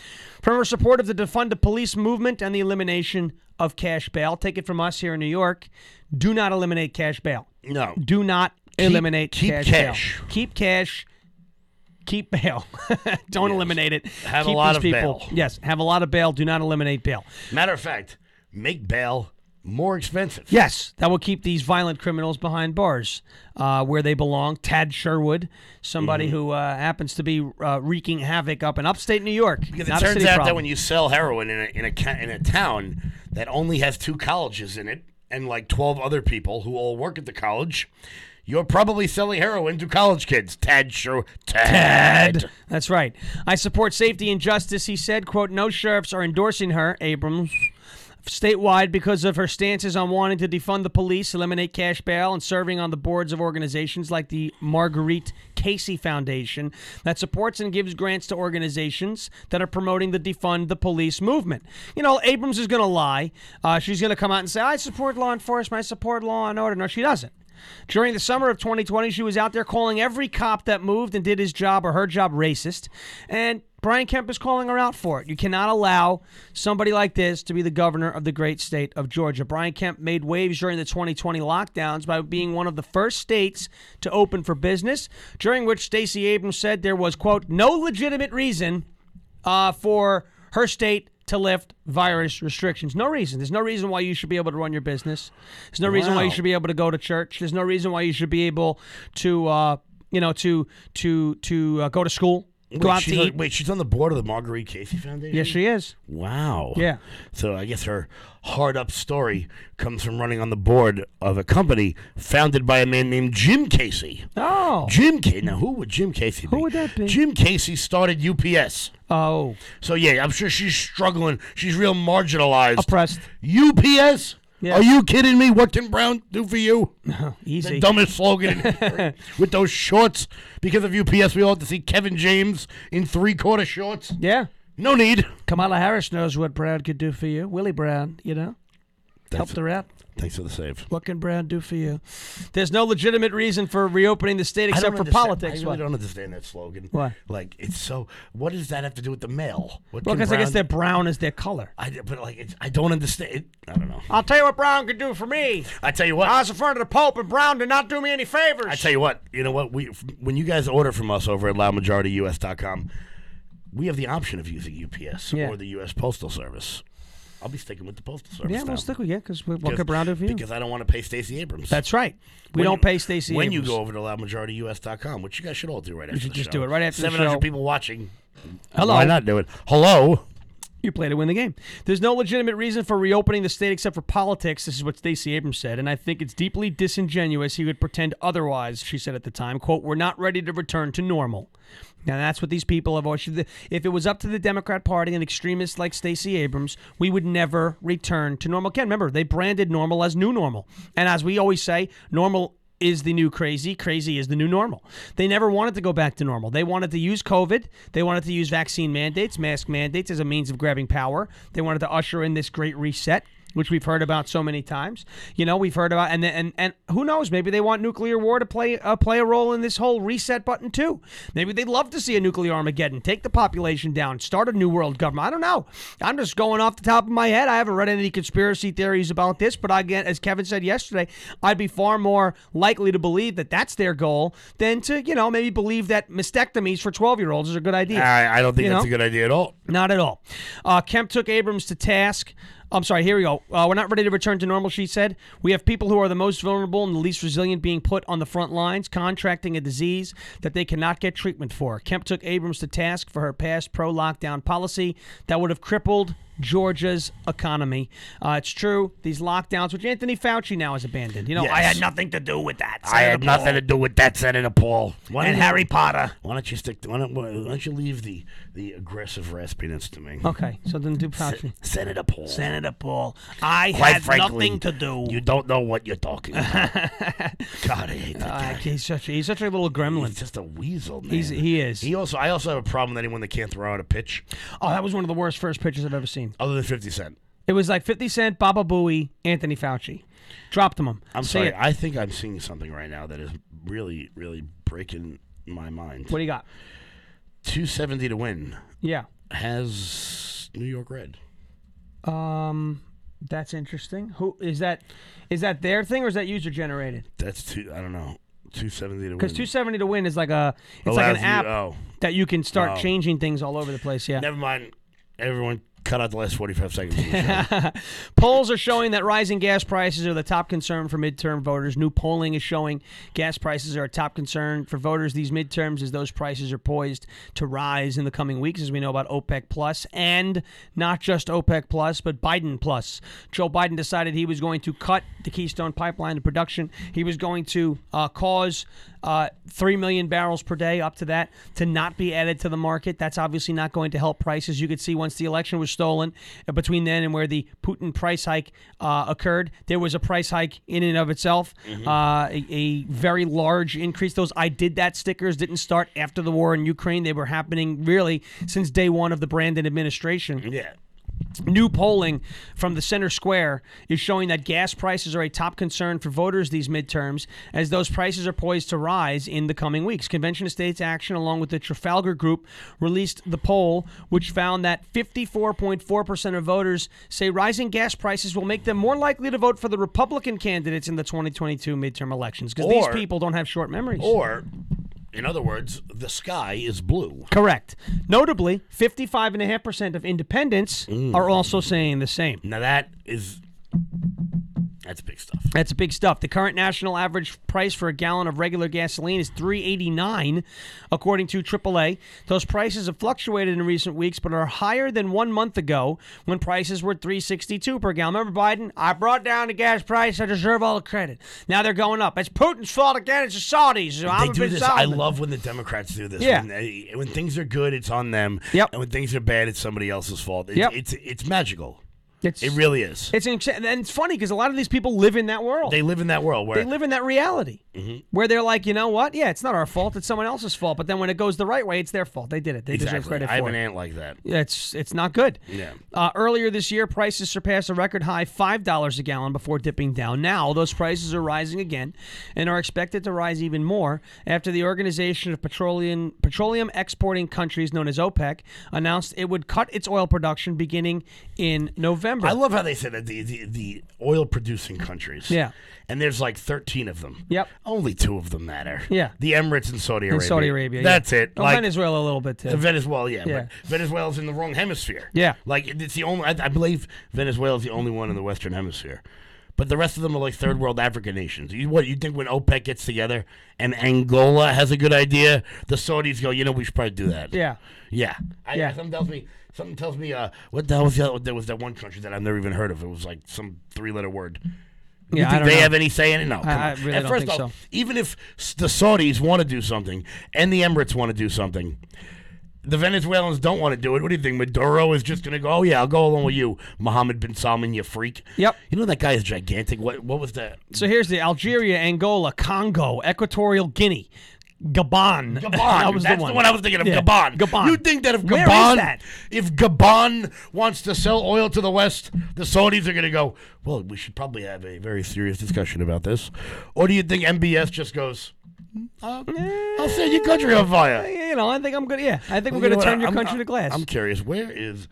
A: from her support of the defund the police movement and the elimination of cash bail. Take it from us here in New York: do not eliminate cash bail.
B: No.
A: do not eliminate
B: keep
A: cash,
B: cash.
A: bail. Keep cash. Keep bail. Don't eliminate it.
B: Have a
A: keep
B: lot
A: these
B: of
A: people.
B: bail.
A: Yes, have a lot of bail. Do not eliminate bail.
B: Matter of fact, make bail more expensive.
A: Yes, that will keep these violent criminals behind bars uh, where they belong. Tad Sherwood, somebody
B: Mm-hmm.
A: who uh, happens to be uh, wreaking havoc up in upstate New York.
B: Because it
A: Not a
B: turns out
A: city
B: that
A: problem.
B: when you sell heroin in a, in a ca- in a town that only has two colleges in it and like twelve other people who all work at the college, you're probably selling heroin to college kids. Tad sure. Tad.
A: That's right. I support safety and justice, he said. Quote, no sheriffs are endorsing her, Abrams, statewide because of her stances on wanting to defund the police, eliminate cash bail, and serving on the boards of organizations like the Marguerite Casey Foundation that supports and gives grants to organizations that are promoting the defund the police movement. You know, Abrams is going to lie. Uh, she's going to come out and say, I support law enforcement, I support law and order. No, she doesn't. During the summer of 2020, she was out there calling every cop that moved and did his job or her job racist. And Brian Kemp is calling her out for it. You cannot allow somebody like this to be the governor of the great state of Georgia. Brian Kemp made waves during the 2020 lockdowns by being one of the first states to open for business, during which Stacey Abrams said there was, quote, no legitimate reason uh, for her state to lift virus restrictions. No reason. There's no reason why you should be able to run your business. There's no reason why you
B: Wow.
A: should be able to go to church. There's no reason why you should be able to, uh, you know, to to to uh, go to school, go out to
B: she's on,
A: eat.
B: wait, she's on the board of the Marguerite Casey Foundation.
A: Yes, she is.
B: Wow.
A: Yeah.
B: So I guess her hard up story comes from running on the board of a company founded by a man named Jim Casey.
A: Oh,
B: Jim Casey. Now, who would Jim Casey be? Who
A: would that be?
B: Jim Casey started UPS.
A: oh,
B: So yeah, I'm sure she's struggling. She's real marginalized.
A: oppressed.
B: UPS?
A: Yeah.
B: Are you kidding me? What can Brown do for you?
A: Easy.
B: Dumbest slogan in history. with those shorts. Because of UPS, we all have to see Kevin James in three quarter shorts.
A: Yeah.
B: No need.
A: Kamala Harris knows what Brown could do for you. Willie Brown, you know, helped her out.
B: Thanks for the save.
A: What can Brown do for you? There's no legitimate reason for reopening the state
B: I
A: except
B: don't
A: for
B: understand-
A: politics.
B: I really
A: What?
B: don't understand that slogan.
A: Why?
B: Like it's so. What does that have to do with the mail? What
A: Well,
B: can
A: because I guess
B: Brown-
A: they're brown as their color.
B: I, but like it's, I don't understand. It, I don't know.
A: I'll tell you what Brown could do for me.
B: I tell you what.
A: I was in front of the Pope, and Brown did not do me any favors.
B: I tell you what, you know what? We when you guys order from us over at loudmajorityus.com, we have the option of using UPS
A: Yeah.
B: or the U.S. Postal Service. I'll be sticking with the Postal Service.
A: yeah,
B: now.
A: we'll stick with you because what
B: Because-
A: could Brown do for you?
B: Because I don't want to pay Stacey Abrams.
A: That's right. We
B: When
A: don't
B: you-
A: pay Stacey.
B: When you
A: Abrams.
B: go over to loudmajorityus.com, which you guys should all do right after
A: should
B: the
A: just
B: show.
A: do it right after the
B: 700
A: show.
B: people watching.
A: Hello.
B: Why not do it? Hello.
A: you play to win the game. There's no legitimate reason for reopening the state except for politics. This is what Stacey Abrams said, and I think it's deeply disingenuous. He would pretend otherwise. She said at the time, "quote We're not ready to return to normal." Now that's what these people have always. If it was up to the Democrat Party and extremists like Stacey Abrams, we would never return to normal. Again, remember they branded normal as new normal, and as we always say, normal is the new crazy. Crazy is the new normal. They never wanted to go back to normal. They wanted to use COVID. They wanted to use vaccine mandates, mask mandates as a means of grabbing power. They wanted to usher in this great reset, which we've heard about so many times. You know, we've heard about and and and who knows? Maybe they want nuclear war to play uh, play a role in this whole reset button too. Maybe they'd love to see a nuclear Armageddon, take the population down, start a new world government. I don't know. I'm just going off the top of my head. I haven't read any conspiracy theories about this, but again, as Kevin said yesterday, I'd be far more likely to believe that that's their goal than to, you know, maybe believe that mastectomies for 12 year olds is a good idea.
B: I, I don't think
A: You
B: that's
A: know?
B: a good idea at all.
A: Not at all. Uh, Kemp took Abrams to task. I'm sorry, here we go. Uh, we're not ready to return to normal, she said. We have people who are the most vulnerable and the least resilient being put on the front lines, contracting a disease that they cannot get treatment for. Kemp took Abrams to task for her past pro lockdown policy that would have crippled Georgia's economy. Uh, it's true. These lockdowns, which Anthony Fauci now has abandoned. You know, I
B: Yes.
A: had nothing to do with that.
B: I had
A: Senator
B: nothing
A: Paul."
B: to do with that, Senator Paul. Why
A: And
B: don't you-
A: Harry Potter.
B: Why don't you stick? To, why, don't, why don't you leave the the aggressive raspiness to me,
A: Okay, so then do Fauci.
B: Senator Paul?
A: Senator Paul, I
B: Quite
A: had
B: frankly,
A: nothing to do.
B: You don't know what you're talking about. God, I hate that
A: Uh,
B: guy.
A: he's such he's such a little gremlin.
B: He's just a weasel, man.
A: He's- he is.
B: He also. I also have a problem with anyone that can't throw out a pitch,
A: Oh, that was one of the worst first pitches I've ever seen.
B: other than Fifty Cent.
A: It was like 50 Cent, Baba Booey, Anthony Fauci. Dropped him.
B: I'm
A: Say
B: sorry.
A: it.
B: I think I'm seeing something right now that is really, really breaking my mind.
A: What do you got?
B: 270 to win
A: Yeah.
B: has New York red.
A: That's interesting. Who is that? Is that their thing or is that user generated?
B: That's two. I don't know. 270 to win.
A: Because 270 to win is like a it's like an
B: Allows you-
A: app
B: Mm. oh.
A: that you can start changing things all over the place. Yeah.
B: Never mind. Everyone, cut out the last 45 seconds. of the show.
A: Polls are showing that rising gas prices are the top concern for midterm voters. New polling is showing gas prices are a top concern for voters these midterms as those prices are poised to rise in the coming weeks as we know about OPEC plus and not just OPEC plus but Biden plus. Joe Biden decided he was going to cut the Keystone pipeline to production. He was going to uh, cause uh, 3 million barrels per day up to that to not be added to the market. That's obviously not going to help prices. You could see once the election was stolen, uh, between then and where the Putin price hike uh, occurred, there was a price hike in and of itself, uh, a, a very large increase. Those I did that stickers didn't start after the war in Ukraine. They were happening really since day one of the Brandon administration.
B: yeah.
A: New polling from the center square is showing that gas prices are a top concern for voters these midterms, as those prices are poised to rise in the coming weeks. Convention of States Action, along with the Trafalgar Group, released the poll, which found that 54.4% of voters say rising gas prices will make them more likely to vote for the Republican candidates in the 2022 midterm elections, because these
B: Or-
A: people don't have short memories.
B: Or, in other words, the sky is blue.
A: Correct. Notably, 55.5% of independents
B: Mm.
A: are also saying the same.
B: Now that is that's big stuff.
A: That's big stuff. The current national average price for a gallon of regular gasoline is three eighty nine, according to AAA. Those prices have fluctuated in recent weeks, but are higher than one month ago when prices were three sixty two per gallon. Remember Biden? I brought down the gas price. I deserve all the credit. Now they're going up. It's Putin's fault again. It's the Saudis. I'm
B: they
A: a
B: do
A: big
B: this.
A: Saudi.
B: I love when the Democrats do this.
A: Yeah.
B: When, they- when things are good, it's on them.
A: Yep.
B: And when things are bad, it's somebody else's fault. It's
A: Yep.
B: it's, it's magical.
A: It's
B: It really is.
A: it's an, and it's funny because a lot of these people live in that world.
B: they live in that world where
A: they live in that reality
B: Mm-hmm.
A: where they're like, you know what? Yeah, it's not our fault. It's someone else's fault. But then when it goes the right way, it's their fault. They did it. They deserve
B: exactly.
A: credit
B: I have
A: for
B: an
A: it.
B: aunt like that.
A: Yeah, it's it's not good.
B: Yeah.
A: Uh, earlier this year, prices surpassed a record high five dollars a gallon before dipping down. Now those prices are rising again, and are expected to rise even more after the Organization of Petroleum Petroleum Exporting Countries, known as OPEC, announced it would cut its oil production beginning in November.
B: I love how they said that the, the, the oil producing countries.
A: Yeah.
B: And there's like 13 of them.
A: Yep.
B: Only two of them matter.
A: Yeah.
B: The Emirates and Saudi Arabia.
A: in Saudi Arabia. yeah.
B: That's it.
A: Oh,
B: like,
A: Venezuela a little bit too.
B: Uh, Venezuela, yeah,
A: Yeah.
B: but Venezuela's in the wrong hemisphere.
A: Yeah.
B: like it- it's the only. I, I believe Venezuela's the only one in the Western Hemisphere, but the rest of them are like third world African nations. You what? You think when OPEC gets together and Angola has a good idea, the Saudis go, you know, we should probably do that.
A: yeah.
B: yeah. I,
A: Yeah.
B: Something tells me. Something tells me. Uh, what the hell was the other, there was that one country that I've never even heard of? It was like some three letter word. You
A: Yeah, I
B: think
A: don't
B: they
A: know.
B: have any say in it? No. come
A: I
B: on.
A: really
B: and
A: don't
B: first
A: think
B: off,
A: so.
B: even if s- the Saudis want to do something and the Emirates want to do something, the Venezuelans don't want to do it. What do you think? Maduro is just going to go, oh, yeah, I'll go along with you, Mohammed bin Salman, you freak.
A: Yep.
B: You know, that guy is gigantic. What, what was that?
A: So here's the Algeria, Angola, Congo, Equatorial Guinea, Gabon.
B: Gabon.
A: that was
B: That's
A: the one.
B: I was thinking of.
A: Yeah.
B: Gabon.
A: Gabon.
B: You think that if
A: Where
B: Gabon,
A: is that?
B: if Gabon wants to sell oil to the West, the Saudis are going to go. Well, we should probably have a very serious discussion about this. Or do you think MBS just goes? "Uh, I'll send your country on fire.
A: Oh, You know, I think I'm gonna. Yeah, I think we're
B: You know
A: gonna
B: what,
A: turn your
B: I'm-
A: country to glass.
B: I'm curious. Where is?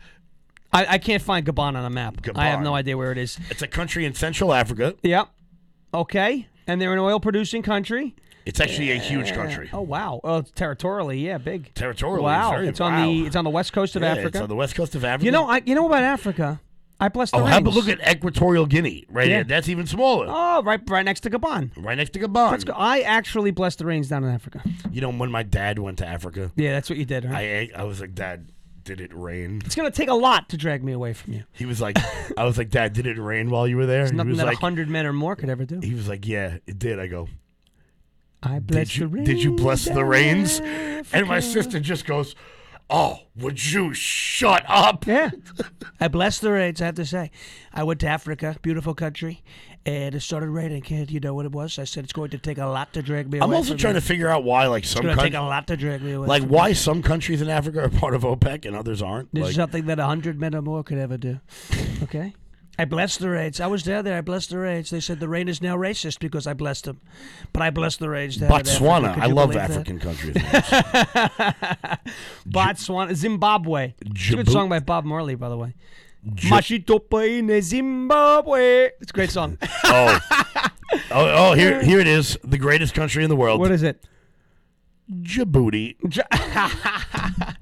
A: I, I can't find Gabon on a map. I have
B: Gabon.
A: no idea where it is.
B: It's a country in Central Africa.
A: Yep. Okay. And they're an oil-producing country.
B: It's actually a huge country.
A: Oh wow. Oh, it's territorially, yeah, big.
B: Territorially,
A: Wow.
B: very-
A: it's on
B: wow.
A: the it's on the west coast of
B: Yeah,
A: Africa.
B: It's on the west coast of Africa.
A: you know, I you know about Africa. I bless the
B: oh,
A: rains.
B: have a look at Equatorial Guinea right
A: Yeah.
B: here. That's even smaller.
A: Oh, right, right next to Gabon.
B: Right next to Gabon.
A: Let's go. I actually blessed the rains down in Africa.
B: You know, when my dad went to Africa,
A: Yeah, that's what you did, right?
B: I I was like, Dad, did it rain?
A: It's gonna take a lot to drag me away from you.
B: He was like, I was like, Dad, did it rain while you were there? he
A: Nothing
B: was
A: that a
B: like,
A: hundred men or more could ever do.
B: he was like, yeah, it did. I go,
A: I
B: did
A: bless
B: you,
A: the rain.
B: did you bless the rains? And my
A: Africa.
B: sister just goes, oh, would you shut up?
A: Yeah. I blessed the rains, I have to say. I went to Africa, beautiful country, and it started raining. Can't you know what it was? I said it's going to take a lot to drag me away.
B: I'm also
A: from
B: trying
A: you.
B: to figure out why, like some
A: It's going to take a
B: countries,
A: lot to drag me away.
B: like
A: from
B: why some countries in Africa are part of OPEC and others aren't.
A: There's
B: Like,
A: nothing that a hundred men or more could ever do. Okay. I blessed the raids. I was down there. I blessed the raids. They said the rain is now racist because I blessed them, but I blessed the raids. Down in Africa.
B: Botswana,
A: Could
B: I
A: you
B: love
A: believe that?
B: African countries.
A: Botswana, Zimbabwe. It's a good
B: Djibouti-
A: song by Bob Marley, by the way. Mashitopaine Zimbabwe. It's a great song.
B: oh. oh, oh, here, here it is, the greatest country in the world,
A: what is it?
B: Djibouti.
A: Dj-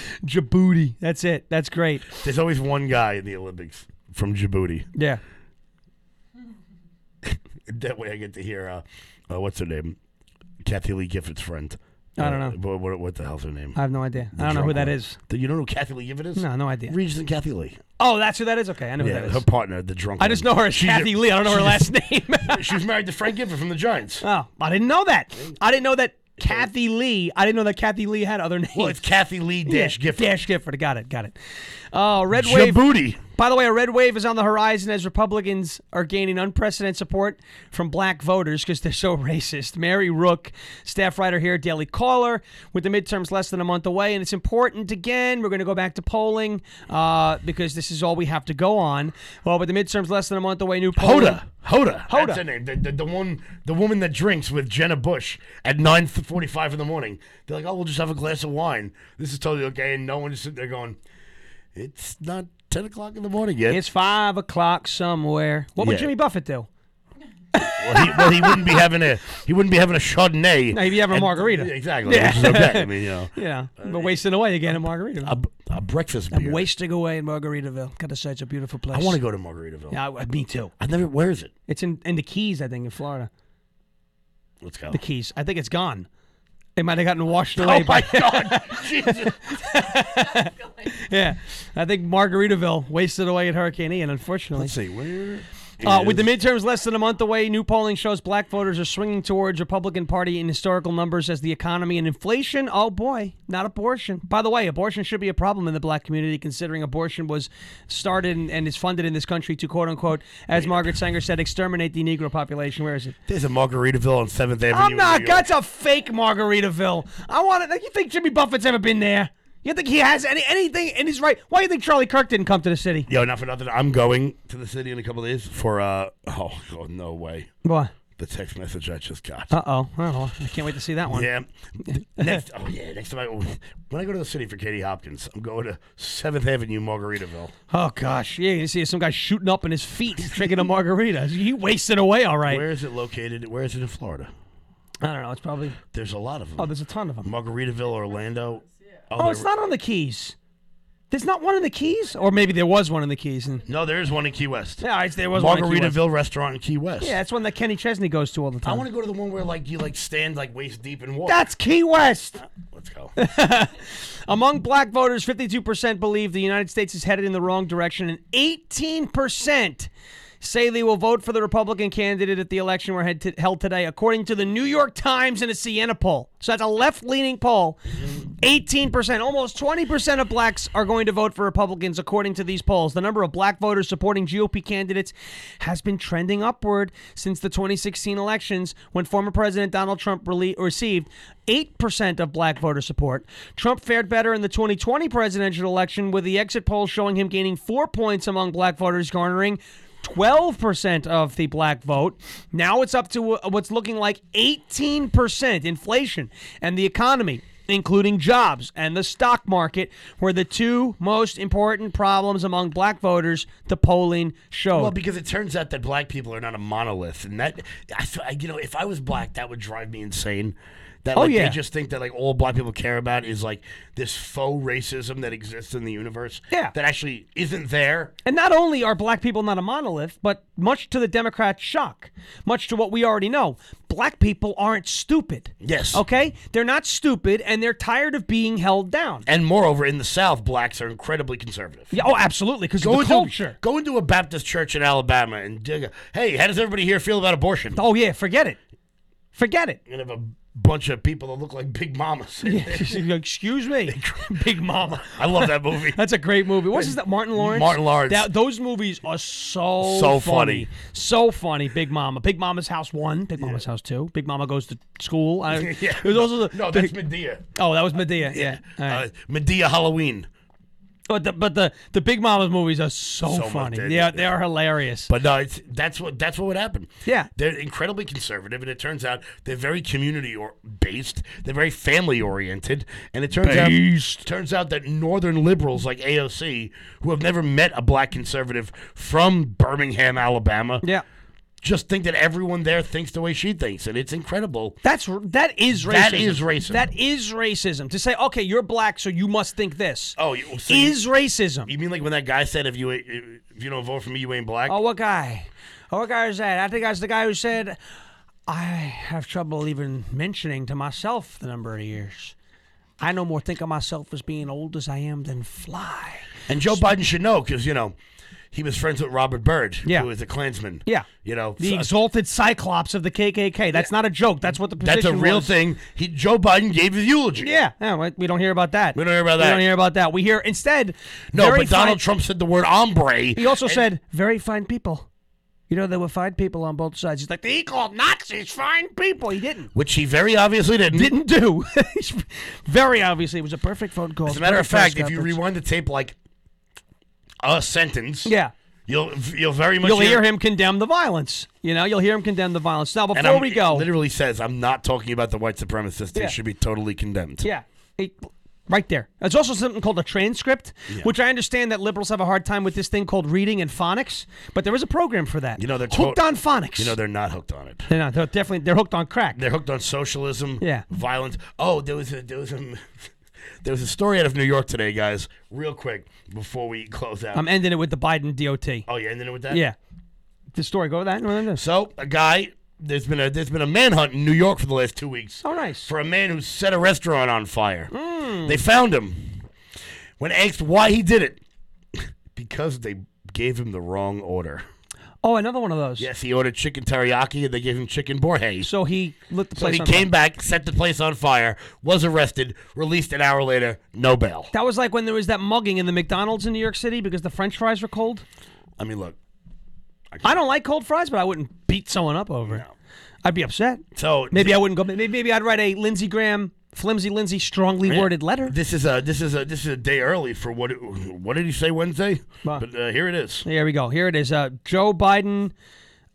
A: Djibouti. That's it. That's great.
B: There's always one guy in the Olympics from Djibouti.
A: Yeah.
B: That way, I get to hear uh, uh what's her name, Kathy Lee Gifford's friend.
A: I don't
B: Uh,
A: know.
B: What, what, what the hell's her name?
A: I have no idea. I don't know who that is.
B: Do You don't know who Kathy Lee Gifford is?
A: No, no idea.
B: Regis and Kathy Lee.
A: Oh, that's who that is? Okay, I know who
B: yeah,
A: that is.
B: her partner, the drunk.
A: I just know her as Kathy Lee. I don't know her last name.
B: name. she was married to Frank Gifford from the Giants.
A: oh, I didn't know that. I didn't know that Kathy Lee. I didn't know that Kathy Lee had other names.
B: Well, it's Kathy Lee Dash
A: Yeah,
B: Gifford.
A: Dash Gifford. Got it. Got it. Oh, red wave.
B: Djibouti.
A: By the way, a red wave is on the horizon as Republicans are gaining unprecedented support from black voters because they're so racist. Mary Rook, staff writer here at Daily Caller, with the midterms less than a month away. And it's important, again, we're going to go back to polling uh, because this is all we have to go on. Well, with the midterms less than a month away, new polling.
B: Hoda. Hoda.
A: Hoda.
B: That's her name. The, the, the one, the woman that drinks with Jenna Bush at 9.45 in the morning. They're like, oh, we'll just have a glass of wine. This is totally okay. And no one's sitting there going, it's not 10 o'clock in the morning yet.
A: It's 5 o'clock somewhere. What would
B: Yeah.
A: Jimmy Buffett do?
B: well, he, well, he wouldn't be having a, he wouldn't be having a Chardonnay.
A: No, he'd be having a
B: And-
A: margarita.
B: Yeah, Exactly, which is okay. I mean, you know,
A: Yeah, but wasting away again in Margaritaville.
B: a, b- a breakfast beer.
A: wasting away in Margaritaville. Got to say, it's a beautiful place.
B: I want to go to Margaritaville.
A: Yeah, I- me too.
B: I never, where is it?
A: It's in, in the Keys, I think, in Florida.
B: Let's go.
A: The Keys. I think it's gone. It might have gotten washed away.
B: Oh
A: by,
B: my God! Jesus.
A: yeah, I think Margaritaville wasted away at Hurricane Ian, unfortunately.
B: Let's see where.
A: Uh, with
B: is-
A: the midterms less than a month away, new polling shows black voters are swinging towards Republican Party in historical numbers as the economy and inflation. Oh boy, not abortion. By the way, abortion should be a problem in the black community, considering abortion was started and, and is funded in this country to quote unquote, as Margaret Sanger said, exterminate the Negro population. Where is it?
B: there's a Margaritaville on Seventh Avenue.
A: I'm
B: in
A: not.
B: New York.
A: That's a fake Margaritaville. I want it. Like, you think Jimmy Buffett's ever been there? You think he has any anything? And he's right. Why do you think Charlie Kirk didn't come to the city?
B: Yo, not for nothing. I'm going to the city in a couple of days for uh. Oh God, no way.
A: What?
B: The text message I just got.
A: Uh oh. Oh, I can't wait to see that one.
B: yeah. next. Oh yeah. Next time I when I go to the city for Katie Hopkins, I'm going to Seventh Avenue Margaritaville.
A: Oh gosh, yeah, you see some guy shooting up in his feet, drinking a margarita. He wasting away, all right.
B: Where is it located? Where is it in Florida?
A: I don't know. It's probably
B: There's a lot of them.
A: oh, there's a ton of them.
B: Margaritaville, Orlando.
A: Oh, it's not on the keys. There's not one in the keys, or maybe there was one in the keys. And
B: No, there is one in Key West.
A: yeah, all right, there was one. in Key West.
B: Margaritaville restaurant in Key West.
A: Yeah, that's one that Kenny Chesney goes to all the time.
B: I want to go to the one where like you like stand like waist deep in water.
A: that's Key West.
B: Let's go.
A: Among black voters, 52% believe the United States is headed in the wrong direction, and 18% say they will vote for the Republican candidate at the election we're had held today, according to the New York Times and a Siena poll. So that's a left leaning poll. 18%, almost 20% of blacks are going to vote for Republicans, according to these polls. The number of black voters supporting GOP candidates has been trending upward since the 2016 elections, when former President Donald Trump rele- received 8% of black voter support. Trump fared better in the 2020 presidential election, with the exit polls showing him gaining four points among black voters, garnering 12% of the black vote. Now it's up to uh, what's looking like 18% inflation and the economy, including jobs and the stock market, were the two most important problems among black voters, the polling showed.
B: Well, because it turns out that black people are not a monolith, and that, I, th- I, you know, if I was black, that would drive me insane. that
A: Oh,
B: like
A: yeah.
B: they just think that like all black people care about is like this faux racism that exists in the universe.
A: Yeah.
B: That actually isn't there.
A: And not only are black people not a monolith, but much to the Democrats' shock, much to what we already know, black people aren't stupid.
B: Yes.
A: Okay? They're not stupid and they're tired of being held down.
B: And moreover, in the South, blacks are incredibly conservative.
A: Yeah, oh, absolutely, because of
B: Go
A: the
B: into,
A: culture.
B: go into a Baptist church in Alabama and dig. A, hey, how does everybody here feel about abortion?
A: Oh, yeah, forget it. Forget it.
B: You're gonna have a bunch of people that look like big mamas.
A: Excuse me. Big Mama.
B: I love that movie.
A: That's a great movie. What's that? Martin Lawrence.
B: Martin Lawrence.
A: That- those movies are so
B: So
A: funny.
B: funny.
A: so funny. Big Mama, Big Mama's House One, Big Mama's House Two, Big Mama goes to school. I,
B: Yeah.
A: It was also the,
B: no, that's Medea.
A: oh, that was Medea. Yeah, All right.
B: Uh, Medea Halloween.
A: but the but the the Big Mama's movies are so,
B: So much
A: funny.
B: in it,
A: Yeah, they are hilarious.
B: But no, it's, that's what that's what would happen.
A: Yeah.
B: they're incredibly conservative, and it turns out they're very community or based. They're very family oriented, and it turns out turns out that northern liberals like AOC, who have never met a black conservative from Birmingham, Alabama,
A: yeah,
B: just think that everyone there thinks the way she thinks, and it's incredible.
A: that's r- that is racism.
B: That is racism.
A: That is racism. To say okay, you're black, so you must think this.
B: Oh, you- so you-
A: is racism.
B: You mean like when that guy said, "If you ain't- if you don't vote for me, you ain't black."
A: Oh, what guy? Oh, what guy is that? I think that's the guy who said, I have trouble even mentioning to myself the number of years. I no more think of myself as being old as I am than fly.
B: And Joe Biden should know because you know he was friends with Robert Byrd,
A: Yeah.
B: who was a Klansman.
A: Yeah.
B: you know
A: The
B: so-
A: exalted cyclops of the KKK. That's not a joke. That's what the position
B: that's a real
A: was.
B: thing. He Joe Biden gave his eulogy.
A: Yeah, yeah, we- we don't hear about that.
B: We don't hear about
A: We
B: that.
A: don't hear about that. We hear instead.
B: No,
A: very
B: but Donald
A: fine-
B: Trump said the word hombre.
A: He also said, very fine people. You know, there were fine people on both sides. He's like, he called Nazis fine people. He didn't.
B: which he very obviously didn't.
A: didn't do. Very obviously, it was a perfect phone call.
B: As a matter of
A: Perfect
B: fact,
A: press
B: if you
A: conference.
B: rewind the tape like a sentence,
A: yeah,
B: you'll you'll very much
A: you'll hear him condemn the violence. You know, you'll hear him condemn the violence. Now,
B: And
A: before
B: I'm-
A: we
B: it
A: go,
B: literally says, "I'm not talking about the white supremacists.
A: Yeah.
B: They should be totally condemned."
A: yeah, He- right there. There's also something called a transcript, which I understand that liberals have a hard time with this thing called reading and phonics, but there is a program for that.
B: You know, they're
A: hooked
B: tot-
A: on phonics.
B: You know, they're not hooked on it.
A: they're not. They're definitely they're hooked on crack.
B: They're hooked on socialism.
A: Yeah.
B: Violence. Oh, there was a there was a there was a story out of New York today, guys. Real quick before we close out.
A: I'm ending it with the Biden DOT.
B: oh yeah, and then with that.
A: Yeah, the story go with that. No, no, no.
B: So a guy. There's been a there's been a manhunt in New York for the last two weeks.
A: Oh, Hmm. nice.
B: For a man who set a restaurant on fire. They found him. When asked why he did it, because they gave him the wrong order.
A: Oh, another one of those.
B: Yes, he ordered chicken teriyaki and they gave him chicken borges.
A: So he lit the
B: So
A: place.
B: he
A: on fire.
B: came back, set the place on fire, was arrested, released an hour later, no bail.
A: That was like when there was that mugging in the McDonald's in New York City because the French fries were cold.
B: I mean, look.
A: I don't like cold fries, but I wouldn't beat someone up over it. I'd be upset.
B: So
A: Maybe I wouldn't go. Maybe, maybe I'd write a Lindsey Graham, flimsy Lindsey, strongly worded letter.
B: this is a this is a this is a day early for what what did he say Wednesday?
A: Wow.
B: But uh, here it is.
A: Here we go. Here it is. Uh, Joe Biden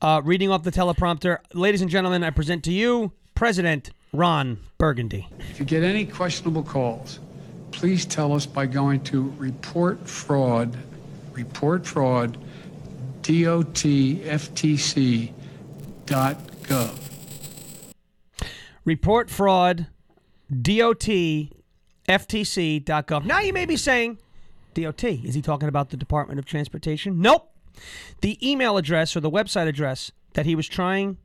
A: uh, reading off the teleprompter. Ladies and gentlemen, I present to you President Ron Burgundy.
E: If you get any questionable calls, please tell us by going to report fraud, report fraud, dotftc.gov.
A: Report fraud, DOT, FTC.gov. Now you may be saying, DOT, is he talking about the Department of Transportation? Nope. The email address or the website address that he was trying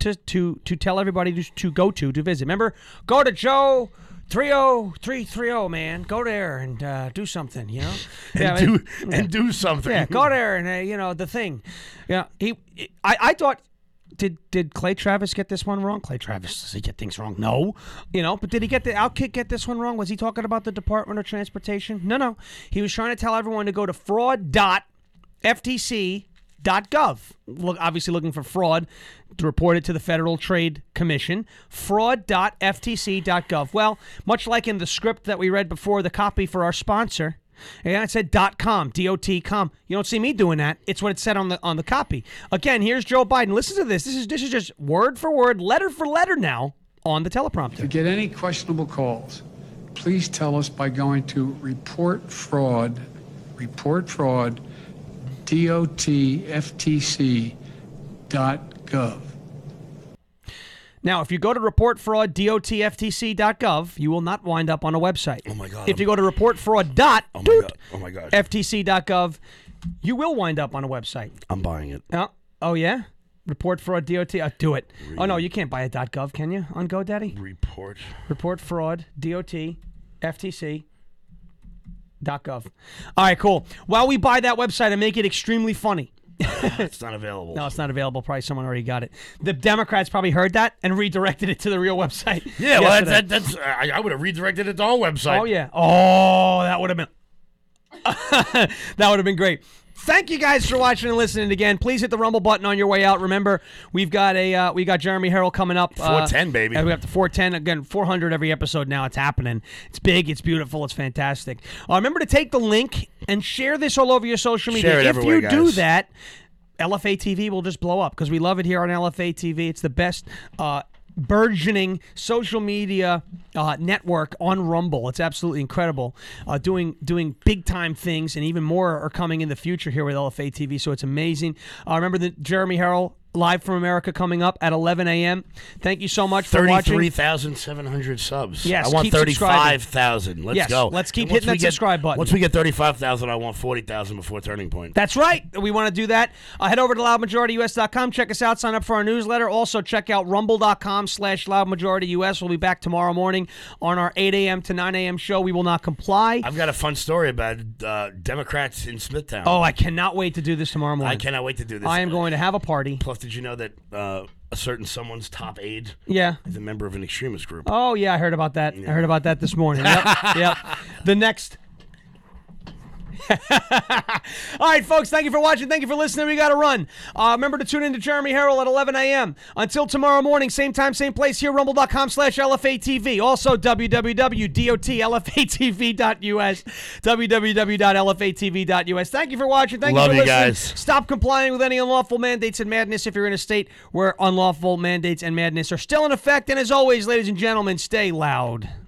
A: to to, to tell everybody to, to go to to visit. Remember, go to Joe. 30330 man go there and uh, do something you know yeah,
B: And do and do something.
A: yeah, go there and uh, you know the thing. Yeah, he. I, I thought. Did did Clay Travis get this one wrong? Clay Travis does he get things wrong? No, you know. But did he get the outkick get this one wrong? Was he talking about the Department of Transportation? No, no. He was trying to tell everyone to go to fraud.ftc.gov. Look, obviously looking for fraud to report it to the Federal Trade Commission. Fraud.ftc.gov. Well, much like in the script that we read before, the copy for our sponsor. And I said dot com, dot com. You don't see me doing that. It's what it said on the on the copy. Again, here's Joe Biden. Listen to this. This is this is just word for word, letter for letter now on the teleprompter.
E: If you get any questionable calls, please tell us by going to report fraud, report fraud, dotftc.gov.
A: Now, if you go to reportfraud.dotftc.gov, you will not wind up on a website. Oh
B: my God,
A: If
B: I'm-
A: you go to reportfraud.dot
B: Oh my god. Oh my god.
A: ftc.gov, you will wind up on a website.
B: I'm buying it.
A: Oh, oh yeah? Report fraud DOT. Uh, do it. Oh no, you can't buy a .gov, can you? On
B: Mm.
A: GoDaddy?
B: Report.
A: Report fraud DOT FTC. Dot gov. All right, cool. While we buy that website and make it extremely funny.
B: It's not available.
A: No, it's not available. Probably someone already got it. The Democrats probably heard that and redirected it to the real website.
B: yeah, well, that,
A: yesterday.
B: that, that's. I, I would have redirected it to our website.
A: Oh yeah. Oh, that would have been. that would have been great. Thank you guys for watching and listening again. Please hit the rumble button on your way out. Remember, we've got a uh, we got Jeremy Harrell coming up. uh,
B: 410, baby.
A: and we have to 410 again. 400 every episode now. It's happening. It's big. It's beautiful. It's fantastic. Uh, remember to take the link and share this all over your social media.
B: Share it
A: if
B: everywhere,
A: you do
B: guys.
A: that, LFA TV will just blow up because we love it here on LFA TV. It's the best uh, burgeoning social media uh, network on Rumble. It's absolutely incredible, uh, doing doing big time things, and even more are coming in the future here with LFA TV. So it's amazing. Uh, remember the Jeremy Harrell live from America coming up at 11 a.m. Thank you so much for watching.
B: Thirty-three thousand seven hundred subs.
A: Yes,
B: I want
A: keep subscribing.
B: thirty-five thousand. Let's
A: Yes,
B: go.
A: let's keep
B: And once
A: hitting
B: we
A: that
B: get-
A: subscribe button.
B: Once we get thirty-five thousand, I want forty thousand before turning point.
A: That's right. We want to do that. Uh, head over to loudmajorityus.com. Check us out. Sign up for our newsletter. Also, check out rumble.com slash loudmajorityus. We'll be back tomorrow morning on our 8 a.m. to 9 a.m. show. We will not comply.
B: I've got a fun story about uh, Democrats in Smithtown.
A: oh, I cannot wait to do this tomorrow
B: I
A: morning.
B: cannot wait to do this.
A: I am going to have a party.
B: Plus, did you know that uh, a certain someone's top aide
A: Yeah.
B: is a member of an extremist group?
A: Oh, yeah. I heard about that. I heard about that this morning. Yep. yep. The next. All right, folks, thank you for watching. Thank you for listening. We got to run. Uh, remember to tune in to Jeremy Harrell at 11 a.m. Until tomorrow morning, same time, same place here, rumble.com slash LFATV. Also, www.dotlfatv.us, www.lfatv.us. Thank you for watching. Thank
B: Love
A: you for
B: you
A: listening.
B: guys.
A: Stop complying with any unlawful mandates and madness if you're in a state where unlawful mandates and madness are still in effect. And as always, ladies and gentlemen, stay loud.